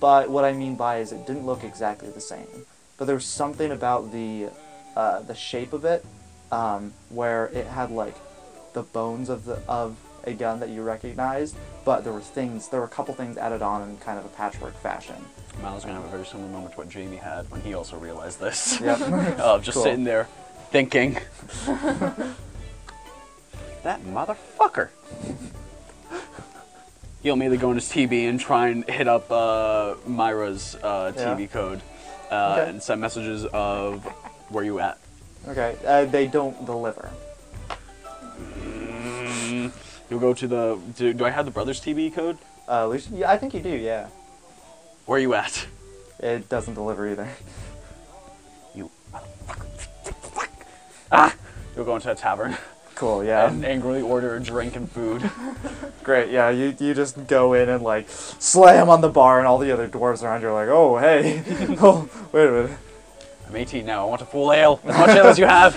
[SPEAKER 1] but what I mean by is it didn't look exactly the same, but there was something about the uh, the shape of it um, where it had like the bones of the of a gun that you recognized, but there were things there were a couple things added on in kind of a patchwork fashion.
[SPEAKER 2] Mal's gonna have a very similar moment to what Jamie had when he also realized this.
[SPEAKER 1] Yep.
[SPEAKER 2] Oh, just
[SPEAKER 1] Cool.
[SPEAKER 2] sitting there thinking. that motherfucker. He'll immediately go on his TB and try and hit up uh, Myra's uh,
[SPEAKER 1] Yeah.
[SPEAKER 2] TB code uh,
[SPEAKER 1] Okay.
[SPEAKER 2] and send messages of where you at.
[SPEAKER 1] Okay, uh, they don't deliver.
[SPEAKER 2] Mm, You'll go to the. Do, do I have the brother's TB code?
[SPEAKER 1] Uh, Lucian, yeah, I think you do. Yeah,
[SPEAKER 2] Where you at?
[SPEAKER 1] it doesn't deliver either.
[SPEAKER 2] You motherfucker. Ah! You'll go into a tavern
[SPEAKER 1] Cool. Yeah.
[SPEAKER 2] and angrily order a drink and food.
[SPEAKER 1] Great. Yeah. You you just go in and like slam on the bar, and all the other dwarves around you are like, oh hey, oh wait a minute.
[SPEAKER 2] I'm 18 now. I want a full ale. As much ale as you have.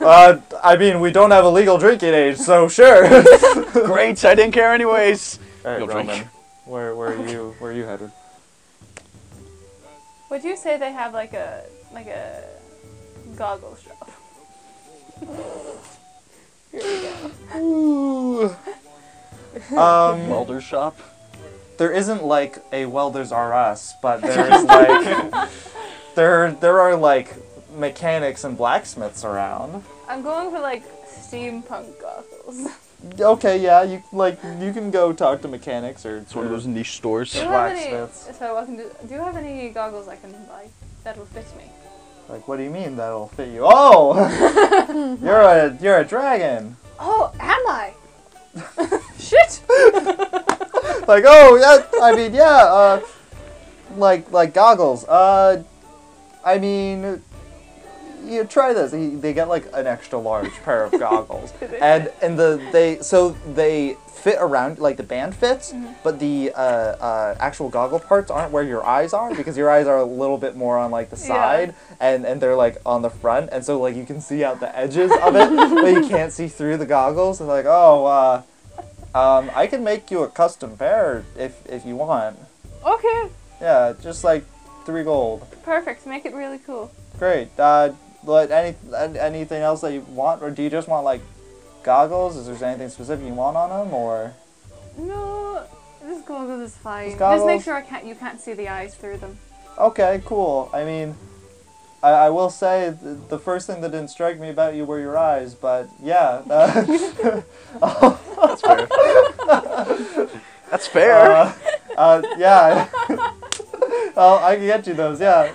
[SPEAKER 1] Uh, I mean, we don't have a legal drinking age, so sure. all
[SPEAKER 2] Great. I didn't care anyways.
[SPEAKER 1] right,
[SPEAKER 2] You'll
[SPEAKER 1] Roman.
[SPEAKER 2] drink.
[SPEAKER 1] Where where are you where are you headed?
[SPEAKER 6] Would you say they have like a like a goggle shop?
[SPEAKER 1] Um,
[SPEAKER 2] Welder's shop.
[SPEAKER 1] there isn't like a welders R us, but there's like there there are like mechanics and blacksmiths around.
[SPEAKER 6] I'm going for like steampunk goggles.
[SPEAKER 1] Okay, yeah, you like you can go talk to mechanics or
[SPEAKER 2] It's one of those niche stores.
[SPEAKER 6] Do you have any?
[SPEAKER 1] Blacksmiths.
[SPEAKER 6] So I can do. Do you have any goggles I can buy that will fit me?
[SPEAKER 1] Like, what do you mean that'll fit you? Oh, you're a you're a dragon.
[SPEAKER 6] Oh, am I? Shit!
[SPEAKER 1] Like, oh, yeah, I mean, yeah, uh, like like goggles. Uh, I mean, you try this. He, they get like an extra large pair of goggles, and and the they so they fit around like the band fits, but the uh, uh, actual goggle parts aren't where your eyes are because your eyes are a little bit more on like the
[SPEAKER 6] Yeah.
[SPEAKER 1] side, and and they're like on the front, and so like you can see out the edges of it, but you can't see through the goggles. And like, oh, uh, um, I can make you a custom pair if if you want.
[SPEAKER 6] Okay,
[SPEAKER 1] Yeah, just like three gold.
[SPEAKER 6] perfect. Make it really cool.
[SPEAKER 1] Great. Uh, let any an- anything else that you want, or do you just want like goggles? Is there anything specific you want on them, or
[SPEAKER 6] No, this goggles is fine.
[SPEAKER 1] Just
[SPEAKER 6] Just make
[SPEAKER 1] goggles?
[SPEAKER 6] sure I can't. You can't see the eyes through them.
[SPEAKER 1] okay, cool. I mean, I, I will say th- the first thing that didn't strike me about you were your eyes, but yeah, uh,
[SPEAKER 2] That's fair. That's fair.
[SPEAKER 1] uh, uh, yeah. well, I can get you those. Yeah,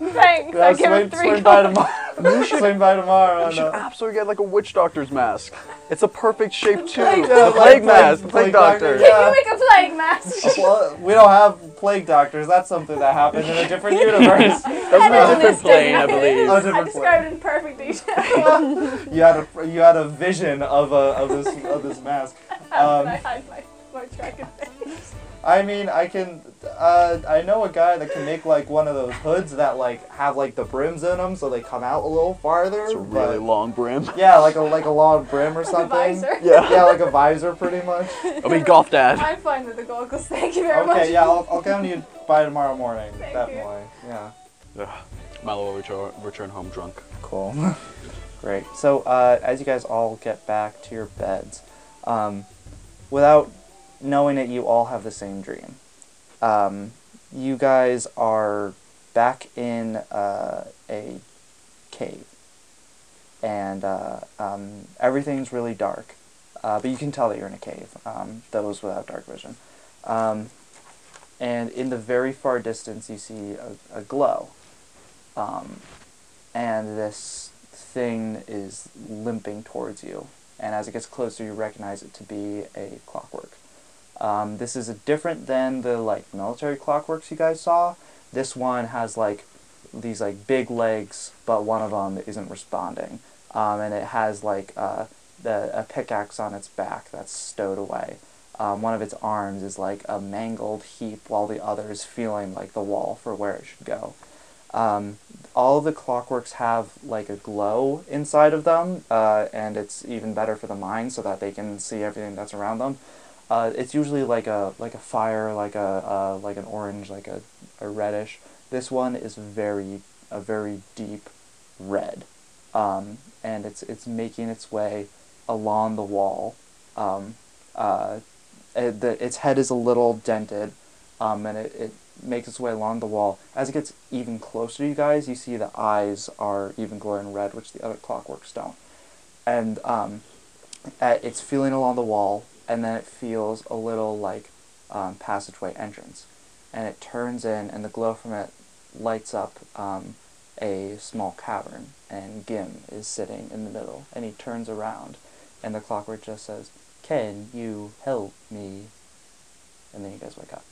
[SPEAKER 6] Thanks.
[SPEAKER 1] yeah
[SPEAKER 6] I give
[SPEAKER 1] swing,
[SPEAKER 6] him three
[SPEAKER 1] swing
[SPEAKER 6] goggles.
[SPEAKER 1] by tomorrow. swing by tomorrow.
[SPEAKER 2] I
[SPEAKER 1] and,
[SPEAKER 2] should
[SPEAKER 1] uh,
[SPEAKER 2] absolutely get like a witch doctor's mask. It's a perfect shape too.
[SPEAKER 1] yeah,
[SPEAKER 2] the
[SPEAKER 1] like
[SPEAKER 2] plague mask. The plague, doctor.
[SPEAKER 1] yeah.
[SPEAKER 6] Make a plague mask.
[SPEAKER 1] Well, we don't have plague doctors. That's something that happened in a different universe.
[SPEAKER 2] That's a different
[SPEAKER 6] This does
[SPEAKER 2] plane, I
[SPEAKER 6] not-
[SPEAKER 2] believe.
[SPEAKER 1] A
[SPEAKER 6] I
[SPEAKER 1] different
[SPEAKER 6] described it in perfect detail.
[SPEAKER 1] you had a you had a vision of a of this of this mask.
[SPEAKER 6] Um, I
[SPEAKER 1] Um,
[SPEAKER 6] hide my, my dragon face.
[SPEAKER 1] I mean, I can. Uh, I know a guy that can make like one of those hoods that like have like the brims in them, so they come out a little farther.
[SPEAKER 2] It's a really
[SPEAKER 1] but-
[SPEAKER 2] long brim.
[SPEAKER 1] Yeah, like a like a long brim or something.
[SPEAKER 6] visor.
[SPEAKER 2] Yeah.
[SPEAKER 1] Yeah, like a visor, pretty much.
[SPEAKER 2] I mean, golf dad.
[SPEAKER 6] I'm fine with the goggles. Thank you very much.
[SPEAKER 1] Okay, yeah, I'll, I'll come to you by tomorrow morning.
[SPEAKER 6] Thank you.
[SPEAKER 1] definitely. Yeah.
[SPEAKER 2] Ugh. Milo will return, return home drunk.
[SPEAKER 1] Cool. Great. So, uh, as you guys all get back to your beds, um, without knowing it, you all have the same dream. Um, you guys are back in uh, a cave, and uh, um, everything's really dark, uh, but you can tell that you're in a cave, um, those without dark vision. Um, and in the very far distance, you see a, a glow. Um, and this thing is limping towards you. And as it gets closer, you recognize it to be a clockwork. Um, this is a different than the like military clockworks you guys saw. This one has like these like big legs, but one of them isn't responding, um, and it has like uh, the, a pickaxe on its back that's stowed away. Um, one of its arms is like a mangled heap, while the other is feeling like the wall for where it should go. Um, all the clockworks have like a glow inside of them, uh, and it's even better for the mind so that they can see everything that's around them. Uh, it's usually like a like a fire, like a uh, like an orange, like a, a reddish. This one is very a very deep red, um, and it's it's making its way along the wall. Um, uh, it, the, its head is a little dented, um, and it, it makes its way along the wall. As it gets even closer to you guys, you see the eyes are even glowing red, which the other clockworks don't. And um, uh, it's feeling along the wall, and then it feels a little like um, passageway entrance. And it turns in, and the glow from it lights up um, a small cavern. And Gim is sitting in the middle, and he turns around, and the clockwork just says, "Can you help me?" And then you guys wake up,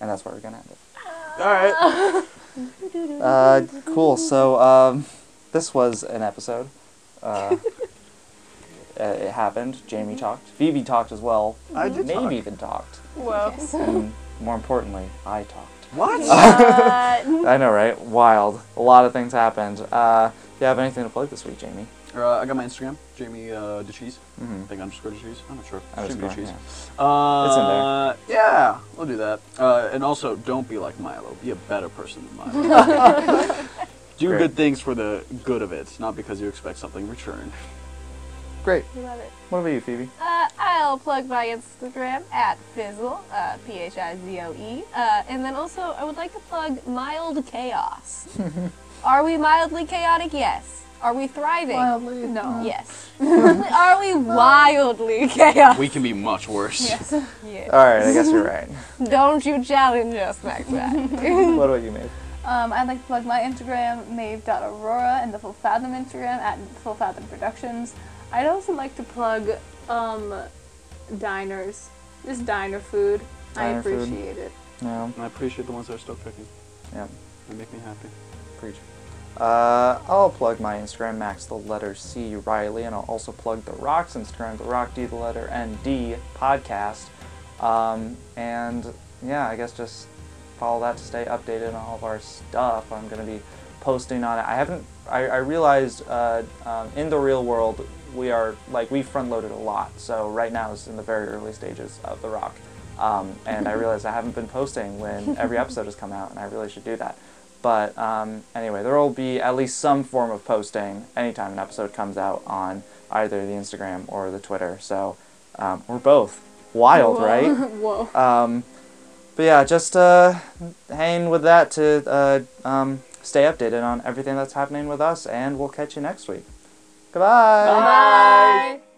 [SPEAKER 1] and that's where we're gonna end it.
[SPEAKER 2] All right.
[SPEAKER 1] Uh, cool. So um, this was an episode. Uh, uh, it happened. Jamie talked. Phoebe talked as well.
[SPEAKER 2] Mm-hmm. I did
[SPEAKER 1] Name
[SPEAKER 2] talk.
[SPEAKER 1] even talked.
[SPEAKER 5] Whoa.
[SPEAKER 1] And more importantly, I talked.
[SPEAKER 2] What?
[SPEAKER 3] Uh,
[SPEAKER 1] I know, right? Wild. A lot of things happened. Uh, do you have anything to plug this week, Jamie?
[SPEAKER 2] Uh, I got my Instagram, Jamie uh, DeCheese.
[SPEAKER 1] Mm-hmm.
[SPEAKER 2] I think underscore DeCheese. I'm not sure.
[SPEAKER 1] Underscore,
[SPEAKER 2] Should be DeCheese.
[SPEAKER 1] yeah.
[SPEAKER 2] Uh, it's in there. Yeah, we'll do that. Uh, and also, don't be like Milo. Be a better person than Milo. do
[SPEAKER 1] Great.
[SPEAKER 2] good things for the good of it, not because you expect something in return.
[SPEAKER 1] Great.
[SPEAKER 6] Love it.
[SPEAKER 1] What about you, Phoebe?
[SPEAKER 6] Uh, I'll plug my Instagram at Fizzle, uh, P H I Z O E. Uh, and then also, I would like to plug Mild Chaos. Are we mildly chaotic? Yes. Are we thriving?
[SPEAKER 5] Wildly. No.
[SPEAKER 6] Yes. Are we wildly chaotic?
[SPEAKER 2] We can be much worse.
[SPEAKER 6] Yes.
[SPEAKER 1] All right, I guess you're right.
[SPEAKER 6] Don't you challenge us like that.
[SPEAKER 1] what about you, Maeve?
[SPEAKER 6] Mm.
[SPEAKER 5] Um, I'd like to plug my Instagram, mave.aurora, and the Full Fathom Instagram at Full Fathom Productions. I'd also like to plug um, diners. Just diner food. I
[SPEAKER 1] Diner food.
[SPEAKER 5] appreciate it.
[SPEAKER 1] No.
[SPEAKER 2] And I appreciate the ones that are still cooking.
[SPEAKER 1] Yeah.
[SPEAKER 2] They make me happy.
[SPEAKER 1] Preach. Uh, I'll plug my Instagram, Max the letter C Riley, and I'll also plug The Rock's Instagram, The Rock D the letter N D podcast. Um, and yeah, I guess just follow that to stay updated on all of our stuff. I'm going to be posting on it. I haven't, I, I realized uh, um, in the real world, we are like, we front loaded a lot. So right now it's in the very early stages of The Rock. Um, and I realized I haven't been posting when every episode has come out, and I really should do that. But um, anyway, there will be at least some form of posting anytime an episode comes out on either the Instagram or the Twitter. So um, we're both wild, right?
[SPEAKER 5] Whoa.
[SPEAKER 1] Um, but yeah, just uh, hang with that to uh, um, stay updated on everything that's happening with us, and we'll catch you next week. Goodbye.
[SPEAKER 5] Bye.